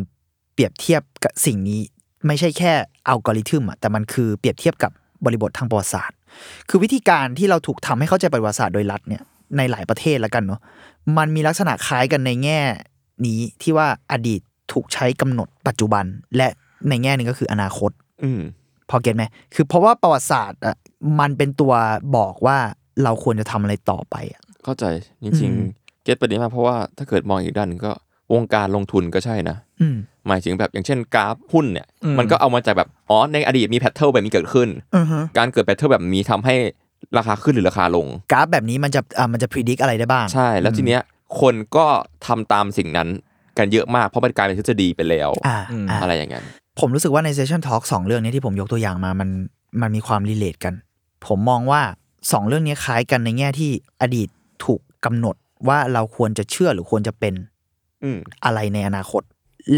[SPEAKER 4] เปรียบเทียบกับสิ่งนี้ ไม่ใช่แค่อัลกอริทึมอะแต่มันคือเปรียบเทียบกับบริบททางประวัติศาสตร์ คือวิธีการที่เราถูกทำให้เข้าใจประวัติศาสตร์โดยรัฐเนี่ยในหลายประเทศแล้วกันเนาะมันมีลักษณะคล้ายกันในแง่นี้ที่ว่าอดีตถูกใช้กำหนดปัจจุบัน และในแง่หนึ่งก็คืออนาคต
[SPEAKER 3] อืม
[SPEAKER 4] พอเก็ตไหมคือเพราะว่าประวัติศาสตร์อะมันเป็นตัวบอกว่าเราควรจะทำอะไรต่อไปอะ
[SPEAKER 3] เข้าใจ จ
[SPEAKER 4] อื
[SPEAKER 3] ริง
[SPEAKER 4] ม
[SPEAKER 3] ๆ เก็ตประเด็นมากเพราะว่าถ้าเกิดมองอีกด้านหนึ่งก็วงการลงทุนก็ใช่นะ
[SPEAKER 4] อืม
[SPEAKER 3] หมายถึงแบบอย่างเช่นกราฟหุ้นเนี่ย
[SPEAKER 2] อืม
[SPEAKER 3] มันก็เอามาจากแบบ อ๋อ ในอดีตมีแพทเทิร์นแบบนี้เกิดขึ้น การเกิดแพทเทิร์นแบบนี้ทำให้ราคาขึ้นหรือราคาลง
[SPEAKER 4] กราฟแบบนี้มันจะอ่ามันจะพิจิตรอะไรได้บ้าง
[SPEAKER 3] ใช่ แล้วทีเนี้ยคนก็ทำตามสิ่งนั้นกันเยอะมาก เพราะมันกลายเป็นทฤษฎีไปแล้ว
[SPEAKER 4] อ่า
[SPEAKER 2] อืม
[SPEAKER 4] อ่า
[SPEAKER 3] อะไรอย่างเงี้ย
[SPEAKER 4] ผมรู้สึกว่าในเซสชั o นทอล์กสองเรื่องเนี้ยที่ผมยกตัวอย่างมามันมันมีความรีเลทกัน ผมมองว่าสองเรื่องเนี้ยคล้ายกันในแง่ที่อดีตถูกกำหนดว่าเราควรจะเชื่อหรือควรจะเป็น
[SPEAKER 3] อืม
[SPEAKER 4] อะไรในอนาคต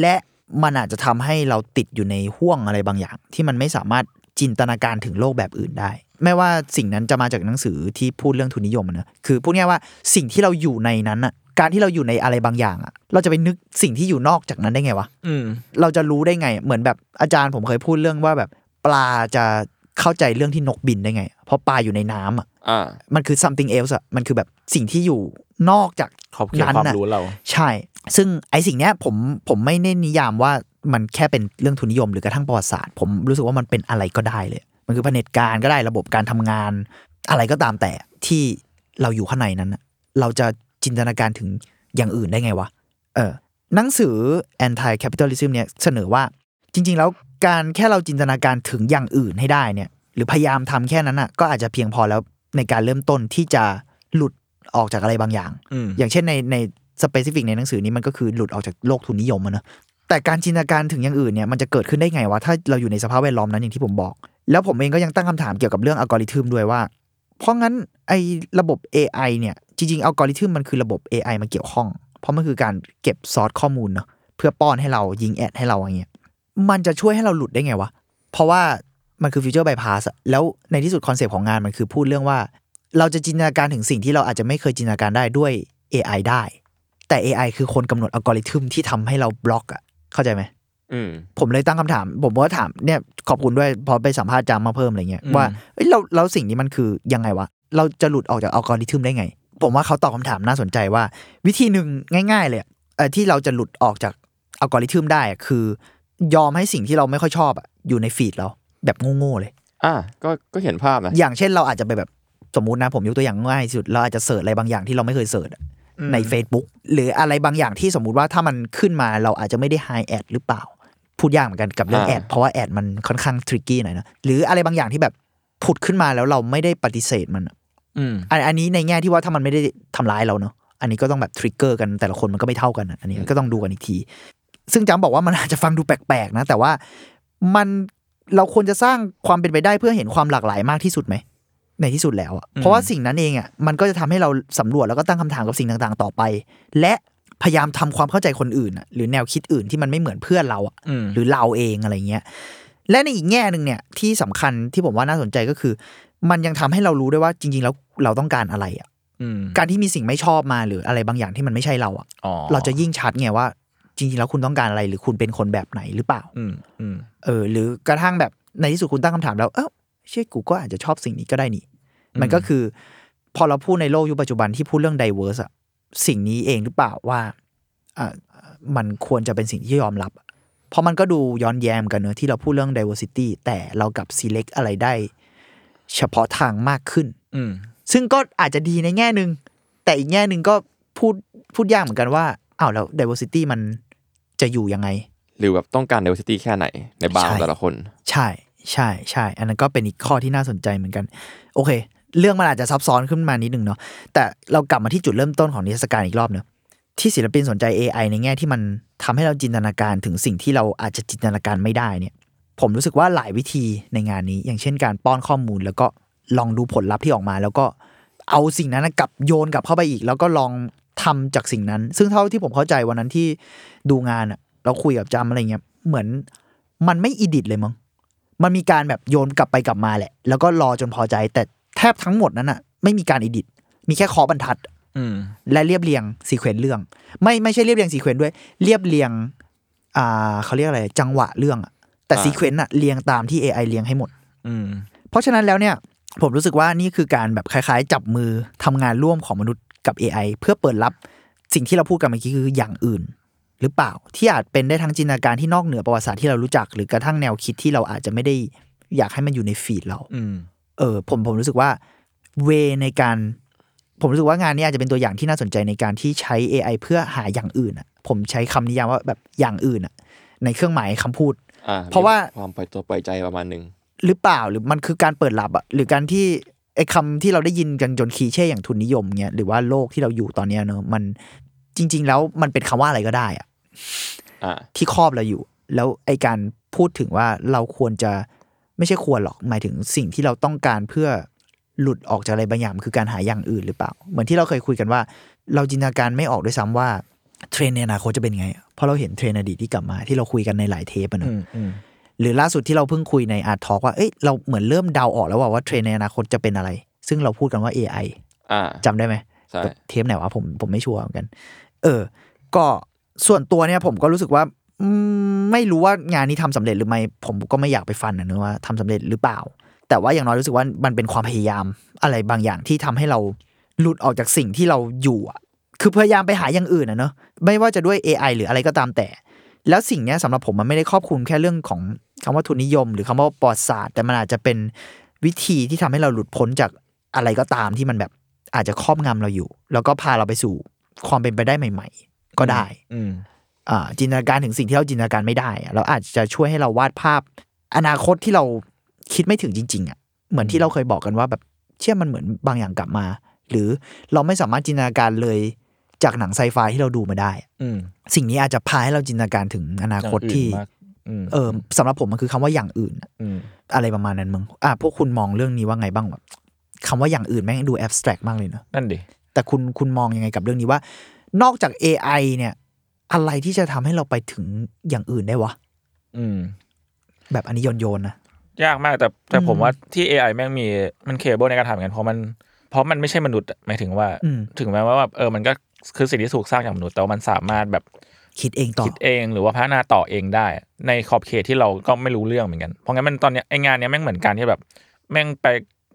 [SPEAKER 4] และมันอาจจะทำให้เราติดอยู่ในห่วงอะไรบางอย่าง ที่มันไม่สามารถจินตนาการถึงโลกแบบอื่นได้ ไม่ว่าสิ่งนั้นจะมาจากหนังสือที่พูดเรื่องทุนนิยมอะนะคือพูดง่ายๆว่าสิ่งที่เราอยู่ในนั้นอ่ะการที่เราอยู่ในอะไรบางอย่างอ่ะเราจะไปนึกสิ่งที่อยู่นอกจากนั้นได้ไงวะ
[SPEAKER 2] อืม
[SPEAKER 4] เราจะรู้ได้ไง เหมือนแบบอาจารย์ผมเคยพูดเรื่องว่าแบบปลาจะเข้าใจเรื่องที่นกบินได้ไง เพราะปลาอยู่ในน้ำอ่ะ
[SPEAKER 3] อ่า
[SPEAKER 4] มันคือ something else อ่ะ มันคือแบบสิ่งที่อยู่นอกจาก
[SPEAKER 2] ขอบเขต
[SPEAKER 4] นั้น
[SPEAKER 2] ความ
[SPEAKER 4] น่ะ
[SPEAKER 2] รู้เรา
[SPEAKER 4] ใช่ ซึ่งไอสิ่งเนี้ยผมผมไม่ได้นิยามว่ามันแค่เป็นเรื่องทุนนิยมหรือกระทั่งประวัติศาสตร์ ผมรู้สึกว่ามันเป็นอะไรก็ได้เลย มันคือเผด็จการก็ได้ระบบการทำงาน อะไรก็ตามแต่ที่เราอยู่ข้างในนั้นน่ะเราจะจินตนาการถึงอย่างอื่นได้ไงวะ เออหนังสือ anti capitalism เนี่ยเสนอว่าจริง ๆ แล้วการแค่เราจินตนาการถึงอย่างอื่นให้ได้เนี่ย หรือพยายามทำแค่นั้นอ่ะก็อาจจะเพียงพอแล้วในการเริ่มต้นที่จะหลุดออกจากอะไรบางอย่าง
[SPEAKER 2] อืม
[SPEAKER 4] อย่างเช่นในในสเปซิฟิกในหนังสือนี้มันก็คือหลุดออกจากโลกทุนนิยมอะเนอะแต่การจินตนาการถึงอย่างอื่นเนี่ยมันจะเกิดขึ้นได้ไงวะถ้าเราอยู่ในสภาพแวดล้อมนั้นอย่างที่ผมบอก แล้วผมเองก็ยังตั้งคำถามเกี่ยวกับเรื่องอัลกอริทึมด้วยว่า เพราะงั้นไอ้ระบบ AI เนี่ยจริงๆอัลกอริทึมมันคือระบบ AI มาเกี่ยวข้อง เพราะมันคือการเก็บซอสข้อมูลเนาะเพื่อป้อนให้เรายิงแอดให้เราอย่างเงี้ยมันจะช่วยให้เราหลุดได้ไงวะ เพราะว่ามันคือฟิวเจอร์บายพาสแล้วในที่สุดคอนเซปต์ของงานมันคือพูดเรื่องว่า เราจะจินตนาการถึงสิ่งที่เราอาจจะไม่เคยจินตนาการได้ด้วย AI ได้ แต่ AI คือคนกำหนดอัลกอริทึมที่ทำให้เราบล็อกอะเข้าใจไหม
[SPEAKER 3] อืม
[SPEAKER 4] ผมเลยตั้งคำถาม ผมก็ถามเนี่ยขอบคุณด้วยพอไปสัมภาษณ์จามมาเพิ่มอะไรเงี้ย
[SPEAKER 2] อืม
[SPEAKER 4] ว่าเอ้ยเราเราสิ่งนี้มันคือยังไงวะ เราจะหลุดออกจากอัลกอริทึมได้ไง ผมว่าเขาตอบคำถามน่าสนใจว่า วิธีหนึ่งง่าย ๆ เลยอะเอ่อที่เราจะหลุดออกจากอัลกอริทึมได้อะคือ ยอมให้สิ่งที่เราไม่ค่อยชอบอะอยู่ในฟีดเราแบบโง่ๆเลย
[SPEAKER 3] อ่า ก็ ก็เห็นภาพนะ
[SPEAKER 4] อย่างเช่นเราอาจจะไปแบบสมมุตินะผมยกตัวอย่างง่ายสุด เราอาจจะเสิร์ชอะไรบางอย่างที่เราไม่เคยเสิร์ชอะใน Facebook หรืออะไรบางอย่างที่สมมุติว่าถ้ามันขึ้นมาเราอาจจะไม่ได้ไฮแอดหรือเปล่า พูดยากเหมือนกันกับเรื่อง
[SPEAKER 3] อ่า
[SPEAKER 4] แอดเพราะว่าแอดมันค่อนข้างทริกกี้หน่อยนะหรืออะไรบางอย่างที่แบบผุดขึ้นมาแล้วเราไม่ได้ปฏิเสธมันอะ
[SPEAKER 2] อืม
[SPEAKER 4] อันอันนี้ในแง่ที่ว่าถ้ามันไม่ได้ทำร้ายเราเนาะอันนี้ก็ต้องแบบทริกเกอร์กันแต่ละคนมันก็ไม่เท่ากันอะอันนี้ก็ต้องดูกันอีกที ซึ่งจำบอกว่ามันอาจจะฟังดูแปลกๆนะ แต่ว่ามันเราควรจะสร้างความเป็นไปได้เพื่อเห็นความหลากหลายมากที่สุดไหม ในที่สุดแล้วอะเพราะว่าสิ่งนั้นเองอ่ะมันก็จะทำให้เราสำรวจแล้วก็ตั้งคำถามกับสิ่งต่างๆ ต่อไป และพยายามทำความเข้าใจคนอื่นอะหรือแนวคิดอื่นที่มันไม่เหมือนเพื่อนเราอะ
[SPEAKER 2] อืม
[SPEAKER 4] หรือเราเองอะไรเงี้ยและในอีกแง่หนึ่งเนี่ยที่สำคัญที่ผมว่าน่าสนใจก็คือ มันยังทำให้เรารู้ด้วยว่าจริง ๆ แล้วเราต้องการอะไรอะ
[SPEAKER 2] อืม
[SPEAKER 4] การที่มีสิ่งไม่ชอบมาหรืออะไรบางอย่างที่มันไม่ใช่เราอะ
[SPEAKER 2] อ๋อ
[SPEAKER 4] เราจะยิ่งชัดไงว่าจริงๆ แล้วคุณต้องการอะไรหรือคุณเป็นคนแบบไหนหรือเปล่า
[SPEAKER 2] อืมอืม
[SPEAKER 4] เออ หรือกระทั่งแบบในที่สุดคุณตั้งคำถามแล้ว เออเชื่อกูก็อาจจะชอบสิ่งนี้ก็ได้นี่ มันก็คือ พอเราพูดในโลกยุคปัจจุบันที่พูดเรื่อง diverse อะสิ่งนี้เองหรือเปล่าว่าอ่ามันควรจะเป็นสิ่งที่ยอมรับ เพราะมันก็ดูย้อนแยมกันเนอะที่เราพูดเรื่อง diversity แต่เรากลับ select อะไรได้ เฉพาะทางมากขึ้น
[SPEAKER 2] อืม
[SPEAKER 4] ซึ่งก็อาจจะดีในแง่หนึ่งแต่อีกแง่หนึ่งก็พูดพูดยากเหมือนกันว่าอ้าวแล้ว diversity มันจะอยู่ยังไง
[SPEAKER 3] หรือแบบต้องการ diversity แค่ไหนในบาร์ของแต่ละคน
[SPEAKER 4] ใช่ใช่ใช่ อันนั้นก็เป็นอีกข้อที่น่าสนใจเหมือนกัน โอเค เรื่องมันอาจจะซับซ้อนขึ้นมานิดนึงเนาะแต่เรากลับมาที่จุดเริ่มต้นของนิทรรศการอีกรอบเนอะที่ศิลปินสนใจ AI ในแง่ที่มันทำให้เราจินตนาการถึงสิ่งที่เราอาจจะจินตนาการไม่ได้เนี่ยผมรู้สึกว่าหลายวิธีในงานนี้ อย่างเช่นการป้อนข้อมูล แล้วก็ลองดูผลลัพธ์ที่ออกมา แล้วก็เอาสิ่งนั้นนะกลับโยนกลับเข้าไปอีก แล้วก็ลองทำจากสิ่งนั้น ซึ่งเท่าที่ผมเข้าใจวันนั้นที่ดูงานอะเราคุยกับจำอะไรเงี้ยเหมือนมันไม่อิดิทเลยมั้ง มันมีการแบบโยนกลับไปกลับมาแหละ แล้วก็รอจนพอใจ แต่แทบทั้งหมดนั้นอะไม่มีการอิดิทมีแค่เคอบรรทัด
[SPEAKER 2] อืม
[SPEAKER 4] และเรียบเรียงซีเควนต์เรื่อง ไม่ไม่ใช่เรียบเรียงซีเควนต์ด้วย เรียบเรียงอ่าเขาเรียกอะไรจังหวะเรื่องอะแต่
[SPEAKER 3] อ่า
[SPEAKER 4] ซีเควนต์อะเรียงตามที่ AI เรียงให้หมด
[SPEAKER 2] อืม
[SPEAKER 4] เพราะฉะนั้นแล้วเนี่ย ผมรู้สึกว่านี่คือการแบบคล้ายๆ จับมือทำงานร่วมของมนุษย์กับ AI เพื่อเปิดรับสิ่งที่เราพูดกันเมื่อกี้คืออย่างอื่น หรือเปล่าที่อาจเป็นได้ทั้งจินตนาการที่นอกเหนือประวัติศาสตร์ที่เรารู้จัก หรือกระทั่งแนวคิดที่เราอาจจะไม่ได้อยากให้มันอยู่ในฟีดเรา
[SPEAKER 2] อืม
[SPEAKER 4] เออผมผมรู้สึกว่าเวในการ ผมรู้สึกว่างานนี้อาจจะเป็นตัวอย่างที่น่าสนใจในการที่ใช้ AI เพื่อหาอย่างอื่นอะผมใช้คำนิยามว่าแบบอย่างอื่นอะในเครื่องหมายคำพูด
[SPEAKER 3] อ่
[SPEAKER 4] เพราะว่า
[SPEAKER 3] ความปล่อยตัวปล่อยใจประมาณหนึ่ง
[SPEAKER 4] หรือเปล่าหรือมันคือการเปิดรับอะหรือการที่ไอ้คำที่เราได้ยินกันจนคลีเช่อย่างทุนนิยมเงี้ยหรือว่าโลกที่เราอยู่ตอนเนี้ยเนอะมันจริง ๆ แล้วมันเป็นคำว่าอะไรก็ได้อะ
[SPEAKER 3] อ่า
[SPEAKER 4] ที่ครอบเราอยู่ แล้วไอ้การพูดถึงว่าเราควรจะไม่ใช่ควรหรอกหมายถึงสิ่งที่เราต้องการเพื่อหลุดออกจากอะไรบางอย่างมันคือการหาอย่างอื่นหรือเปล่า เหมือนที่เราเคยคุยกันว่า เราจินตนาการไม่ออกด้วยซ้ำว่าเทรนด์ในอนาคตจะเป็นไงอะเพราะเราเห็นเทรนด์อดีตที่กลับมาที่เราคุยกันในหลายเทปอะเน
[SPEAKER 2] อื
[SPEAKER 4] อะ
[SPEAKER 2] ม อืม
[SPEAKER 4] หรือล่าสุดที่เราเพิ่งคุยในอาร์ทอว่า เอ้ย เราเหมือนเริ่มเดาออกแล้วว่าว่าเทรนด์ในอนาคตจะเป็นอะไร ซึ่งเราพูดกันว่า AI
[SPEAKER 3] อ่า
[SPEAKER 4] จำได้ไหม
[SPEAKER 3] ใช่
[SPEAKER 4] เทปไหนวะผมผมไม่ชัวร์เหมือนกัน เออ ก็ส่วนตัวเนี่ยผมก็รู้สึกว่าอืมไม่รู้ว่างานนี้ทำสำเร็จหรือไม่ ผมก็ไม่อยากไปฟันนะเนอะว่าทำสำเร็จหรือเปล่า แต่ว่าอย่างน้อยรู้สึกว่ามันเป็นความพยายามอะไรบางอย่างที่ทำให้เราหลุดออกจากสิ่งที่เราอยู่อะคือพยายามไปหาอย่างอื่นนะเนอะไม่ว่าจะด้วย AI หรืออะไรก็ตามแต่ แล้วสิ่งเนี้ยสำหรับผมมันไม่ได้ครอบคลุมแค่เรื่องของคำว่าทุนนิยม หรือคำว่าปอดศาสตร์แต่มันอาจจะเป็นวิธีที่ทำให้เราหลุดพ้นจากอะไรก็ตามที่มันแบบอาจจะครอบงำเราอยู่ แล้วก็พาเราไปสู่ความเป็นไปได้ใหม่ ๆ ก็ได้
[SPEAKER 2] อืม
[SPEAKER 4] อ่าจินตนาการถึงสิ่งที่เราจินตนาการไม่ได้อะเราอาจจะช่วยให้เราวาดภาพ อนาคตที่เราคิดไม่ถึงจริง ๆอ่ะเหมือนที่เราเคยบอกกันว่าแบบเชื่อมันเหมือนบางอย่างกลับมา หรือเราไม่สามารถจินตนาการเลยจากหนังไซไฟที่เราดูมาได้
[SPEAKER 2] อืม
[SPEAKER 4] สิ่งนี้อาจจะพาให้เราจินตนาการถึงอนาคตที่
[SPEAKER 2] อย่างอื่นมากอืม
[SPEAKER 4] เออสำหรับผมมันคือคำว่าอย่างอื่นอะ
[SPEAKER 2] อืม
[SPEAKER 4] อะไรประมาณนั้นมึงอ่ะพวกคุณมองเรื่องนี้ว่าไงบ้างแบบคำว่าอย่างอื่นแม่งดูแอบสแตรกมากเลยเนอะ
[SPEAKER 2] นั่นดิ
[SPEAKER 4] แต่คุณคุณมองยังไงกับเรื่องนี้ว่า นอกจาก AI เนี่ย อะไรที่จะทำให้เราไปถึงอย่างอื่นได้วะ
[SPEAKER 2] อืม
[SPEAKER 4] แบบอันนี้โยนโยนๆนะ
[SPEAKER 2] ยากมากแต่แต่ผม
[SPEAKER 4] อืม
[SPEAKER 2] ว่าที่ AI แม่งมีมันเคเบิลในการทำเหมือนกันเพราะมันเพราะมันไม่ใช่มนุษย์อะหมายถึงว่า
[SPEAKER 4] อืม
[SPEAKER 2] ถึงแม้ว่าแบบเออมันก็คือสิ่งที่ถูกสร้างจากมนุษย์แต่ว่ามันสามารถแบบ
[SPEAKER 4] คิดเองต่อ
[SPEAKER 2] คิดเองหรือว่าพัฒนาต่อเองได้ ในขอบเขตที่เราก็ไม่รู้เรื่องเหมือนกัน เพราะงั้นมันตอนเนี้ยไองานเนี้ยแม่งเหมือนการที่แบบ แม่งไป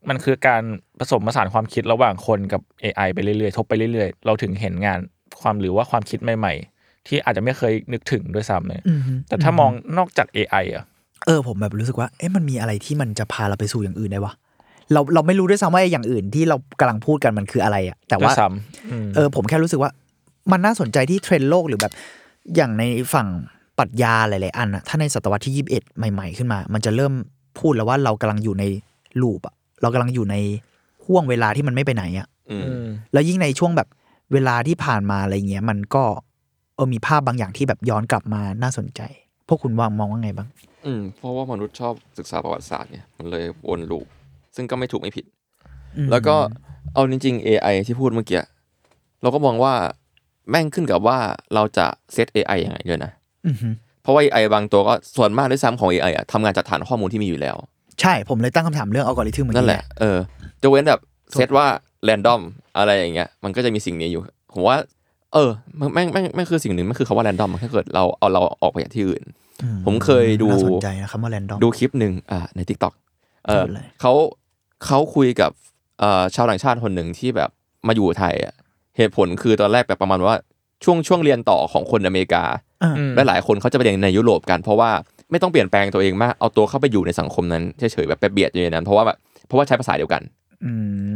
[SPEAKER 2] มันคือการผสมผสานความคิดระหว่างคนกับ AI ไปเรื่อยๆทบไปเรื่อยๆ เราถึงเห็นงานความหรือว่าความคิดใหม่ ๆ ที่อาจจะไม่เคยนึกถึงด้วยซ้ำเลย
[SPEAKER 4] อือฮึ
[SPEAKER 2] แต่ถ้ามองนอกจาก AI อะ
[SPEAKER 4] เออผมแบบรู้สึกว่าเอ๊ะมันมีอะไรที่มันจะพาเราไปสู่อย่างอื่นได้วะเราเราไม่รู้ด้วยซ้ำว่าไอ้อย่างอื่นที่เรากำลังพูดกันมันคืออะไรอะแต่ว่า
[SPEAKER 2] ด้วยซ้ำอืม
[SPEAKER 4] เออผมแค่รู้สึกว่ามันน่าสนใจที่เทรนด์โลกหรือแบบอย่างในฝั่งปรัชญาหลาย ๆ อันอะถ้าในศตวรรษที่ 21 ใหม่ ๆ ขึ้นมา มันจะเริ่มพูดแล้วว่าเรากำลังอยู่ในลูปอะเรากำลังอยู่ในห่วงเวลาที่มันไม่ไปไหนอะ
[SPEAKER 3] อืม
[SPEAKER 2] อืม
[SPEAKER 4] แล้วยิ่งในช่วงแบบเวลาที่ผ่านมาอะไรเงี้ย มันก็เออมีภาพบางอย่างที่แบบย้อนกลับมาน่าสนใจ พวกคุณว่างมองว่าไงบ้าง
[SPEAKER 3] อืมเพราะว่ามนุษย์ชอบศึกษาประวัติศาสตร์เนี่ยมันเลยวนลูปซึ่งก็ไม่ถูกไม่ผิด
[SPEAKER 4] อืม
[SPEAKER 3] แล้วก็เอาจริง ๆ AI ที่พูดเมื่อกี้เราก็มองว่าแม่งขึ้นกับว่าเราจะเซต AI ยังไงด้วยนะ
[SPEAKER 4] อือฮึ
[SPEAKER 3] เพราะว่า AI บางตัวก็ส่วนมากด้วยซ้ำของ AI อะทำงานจากฐานข้อมูลที่มีอยู่แล้ว
[SPEAKER 4] ใช่ผมเลยตั้งคำถามเรื่องอัลกอริทึมเมื่อ
[SPEAKER 3] นั่น
[SPEAKER 4] กี้
[SPEAKER 3] แหละ เออจะเว้นแบบเซตว่าแรนดอมอะไรอย่างเงี้ย มันก็จะมีสิ่งนี้อยู่ ผมว่า เออแม่งแม่งแม่งคือสิ่งหนึ่ง มันคือคำว่าแรนดอมมันแค่เกิดเราเอาเราออกไปจากที่อื่น
[SPEAKER 4] อื
[SPEAKER 3] ผมเคยดู
[SPEAKER 4] น่าสนใจนะคำว่าแรนดอม
[SPEAKER 3] ดูคลิปหนึ่งอ่าในทิกตอกเออ
[SPEAKER 4] พูดเลย
[SPEAKER 3] เขาเขาคุยกับเอ่อชาวต่างชาติคนหนึ่งที่แบบมาอยู่ไทยอ่ะเหตุผลคือตอนแรกแบบประมาณว่าช่วงช่วงเรียนต่อของคนอเมริกา
[SPEAKER 4] อ่า
[SPEAKER 2] อืม
[SPEAKER 3] และหลายคนเขาจะไปเรียนในยุโรปกันเพราะว่าไม่ต้องเปลี่ยนแปลงตัวเองมากเอาตัวเข้าไปอยู่ในสังคมนั้นเฉยๆแบบไปเบียดอยู่ในนั้นเพราะว่าแบบเพราะว่าใช้ภาษาเดียวกัน
[SPEAKER 4] อื